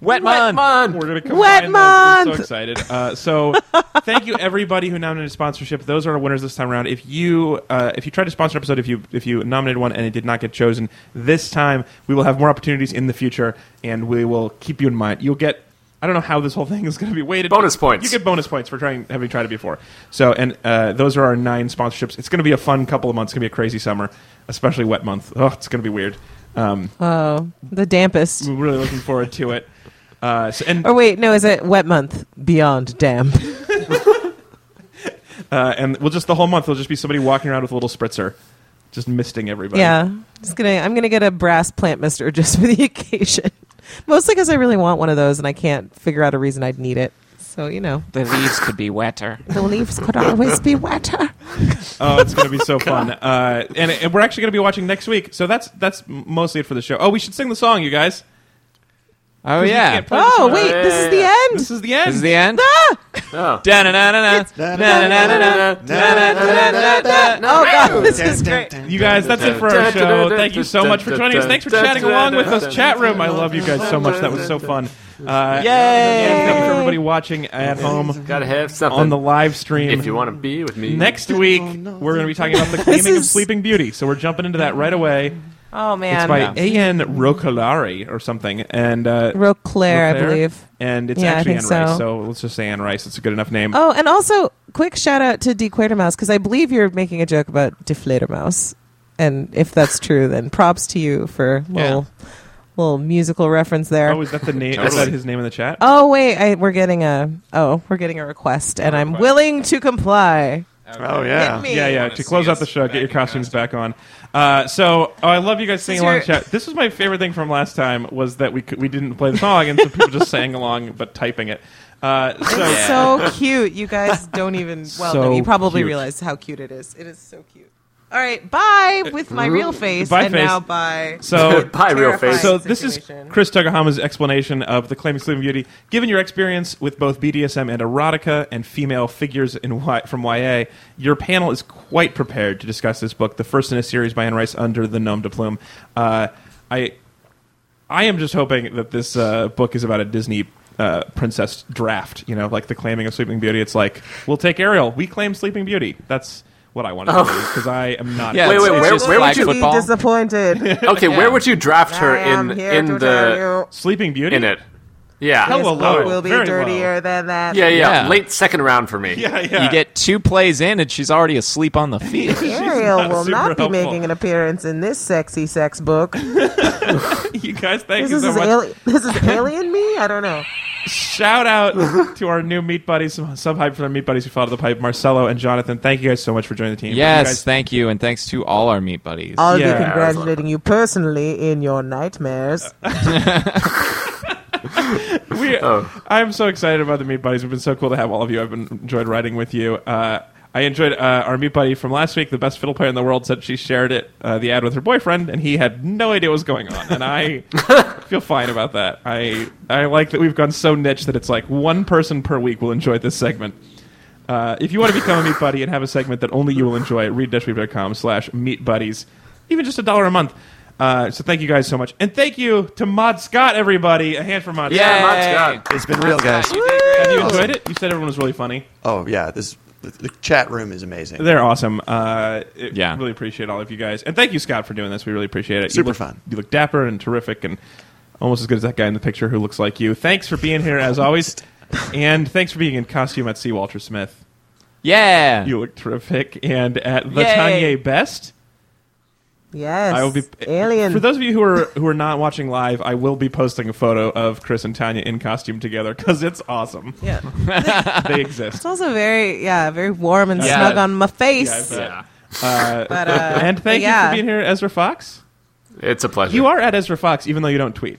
Wet Month. We're gonna combine Wet those. We're month! so excited. Uh, so, [LAUGHS] thank you everybody who nominated sponsorship. Those are our winners this time around. If you uh, if you tried to sponsor an episode, if you if you nominated one and it did not get chosen this time, we will have more opportunities in the future, and we will keep you in mind. You'll get. I don't know how this whole thing is going to be weighted. Bonus points. You get bonus points for trying having tried it before. So, and uh, those are our nine sponsorships. It's going to be a fun couple of months. It's going to be a crazy summer, especially wet month. Oh, it's going to be weird. Um, [LAUGHS] Oh, the dampest. we're really looking forward to it. Uh, so, and Or Oh, wait, no, is it wet month beyond damp? Uh, and we'll just the whole month there'll just be somebody walking around with a little spritzer, just misting everybody. Yeah, just gonna. I'm gonna get a brass plant mister [LAUGHS] just for the occasion. Mostly because I really want one of those, and I can't figure out a reason I'd need it. So you know, The leaves could be wetter. the leaves could always [LAUGHS] be wetter. Oh, it's gonna be [LAUGHS] so fun. Uh, and, and we're actually gonna be watching next week. So that's that's m- mostly it for the show. Oh, we should sing the song, you guys. Oh You yeah. can't play this Oh song. wait, this is the end. This is the end. This is the end. Ah! Oh. Da-na-na-na-na. Da-na-na-na-na. Oh god, this is great. you guys, that's it for our show. Thank you so much for joining us. Thanks for chatting along with us, chat room. I love you guys so much. That was so fun. Uh, Yay! Thank you for everybody watching at home Gotta have something on the live stream. if you want to be with me. Next week, we're going to be talking about [LAUGHS] the claiming of is- Sleeping Beauty. So we're jumping into that right away. Oh man, It's by A.N. Rocolari or something. And, uh, Roclair, I Roclair. believe. And it's Yeah, I actually Anne think Rice. so. So let's just say Anne Rice. It's a good enough name. Oh, and also, quick shout out to D Quatermouse because I believe you're making a joke about Deflatormouse, and if that's true, then props to you for little little musical reference there. Oh, is that the name? Is that his name in the chat? Oh wait, I, we're getting a oh we're getting a request, and I'm willing to comply. Oh, yeah. Hit me. Yeah, yeah. wanna To close see out the us show, back get your in costumes back on. Uh, so, oh, I love you guys singing is your- along. Chat. This was my favorite thing from last time was that we could, we didn't play the song, and so people just sang along but typing it. Uh, so, So cute, you guys don't even. Well, So no, you probably cute. realize how cute it is. It is so cute. All right, bye with my real face, Bye and face. now bye. [LAUGHS] so [LAUGHS] Bye, real Terrifying. face. So this is situation. Chris Tugahama's explanation of the claiming Sleeping Beauty. Given your experience with both BDSM and erotica and female figures in y- from YA, your panel is quite prepared to discuss this book, the first in a series by Anne Rice under the Nom de Plume. Uh, I I am just hoping that this uh, book is about a Disney uh, princess draft. You know, like the claiming of Sleeping Beauty. It's like we'll take Ariel. We claim Sleeping Beauty. That's what I want to do because I am not. Oh. Yeah, Wait, it's- wait, it's where- just where would flag you- Be football. [LAUGHS] disappointed. Okay, where would you draft her I am in here in to the tell Sleeping Beauty in it? Yeah. Hell, you, well, this low. boat Oh, will be Very dirtier low. than that. yeah, yeah, Yeah. Late second round for me. Yeah, yeah. You get two plays in, and she's already asleep on the field. Ariel not will super not be helpful. making an appearance in this sexy [LAUGHS] sex book. [LAUGHS] you guys. Thank This you is so much. [LAUGHS] ali- this is alien me. I don't know. Shout out to our new meat buddies, sub hype for our meat buddies who followed the pipe, Marcelo and Jonathan. Thank you guys so much for joining the team. You Yes, guys- thank you, and thanks to all our meat buddies. I'll Yeah. be congratulating you personally in [LAUGHS] your nightmares. we, I'm so excited about the Meat Buddies. It's been so cool to have all of you. I've been, enjoyed writing with you. Uh, I enjoyed uh, our Meat Buddy from last week. The best fiddle player in the world said she shared it, uh, the ad with her boyfriend, and he had no idea what was going on. And I feel fine about that. I I like that we've gone so niche that it's like one person per week will enjoy this segment. Uh, if you want to become a Meat Buddy and have a segment that only you will enjoy, read dashweep.com slash Meat Buddies, even just a dollar a month. Uh, so thank you guys so much. And thank you to Mod Scott, everybody. A hand for Mod Scott. Yeah, Mod Scott. It's been real, guys. Have Oh. you enjoyed it? You said everyone was really funny. Oh yeah, this the, the chat room is amazing. They're awesome. Uh, it- Yeah. really appreciate all of you guys, and thank you, Scott, for doing this. We really appreciate it. You Super look- fun. You look dapper and terrific, and almost as good as that guy in the picture who looks like you. Thanks for being here as always, [LAUGHS] and thanks for being in costume at C. Walter Smith. Yeah. You look terrific, and at the Yay. Tanya Best. Yes, I will be alien. For those of you who are who are not watching live, I will be posting a photo of Chris and Tanya in costume together because it's awesome. yeah. They exist. [LAUGHS] It's also very yeah, very warm and Yeah. snug on my I face. bet. Yeah. but uh, [LAUGHS] And thank you yeah. for being here, Ezra Fox. It's a pleasure. You are at Ezra Fox, even though you don't tweet.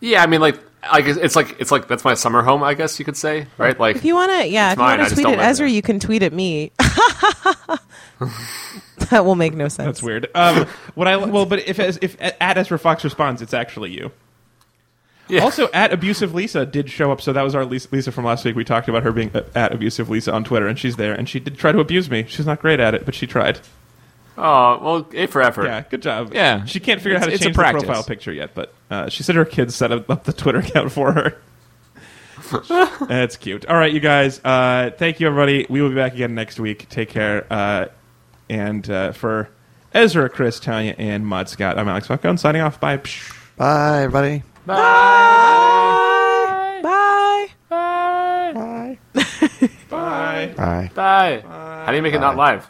Yeah, I mean, like, I guess it's like it's like that's my summer home. I guess you could say, right? Like, if you want to, yeah, if you mine, I want to just tweet don't at live Ezra, there. you can tweet at me. [LAUGHS] that will make no sense. That's weird. Um, what I well, but if if at Ezra Fox responds, it's actually you. Yeah. Also, at abusive Lisa did show up, so that was our Lisa, Lisa from last week. We talked about her being uh, at abusive Lisa on Twitter, and she's there, and she did try to abuse me. She's not great at it, but she tried. oh well, a for effort. Yeah, good job. Yeah. she can't figure out how to It's- it's a change the practice. profile picture yet, but uh, she said her kids set up up the Twitter account [LAUGHS] for her. That's cute. All right, you guys. Uh, thank you, everybody. We will be back again next week. Take care. Uh, and uh, for Ezra, Chris, Tanya, and Mod Scott, I'm Alex Falcone signing off. Bye. Psh. Bye, everybody. Bye. Bye. Bye. Bye. Bye. How do you make it not live?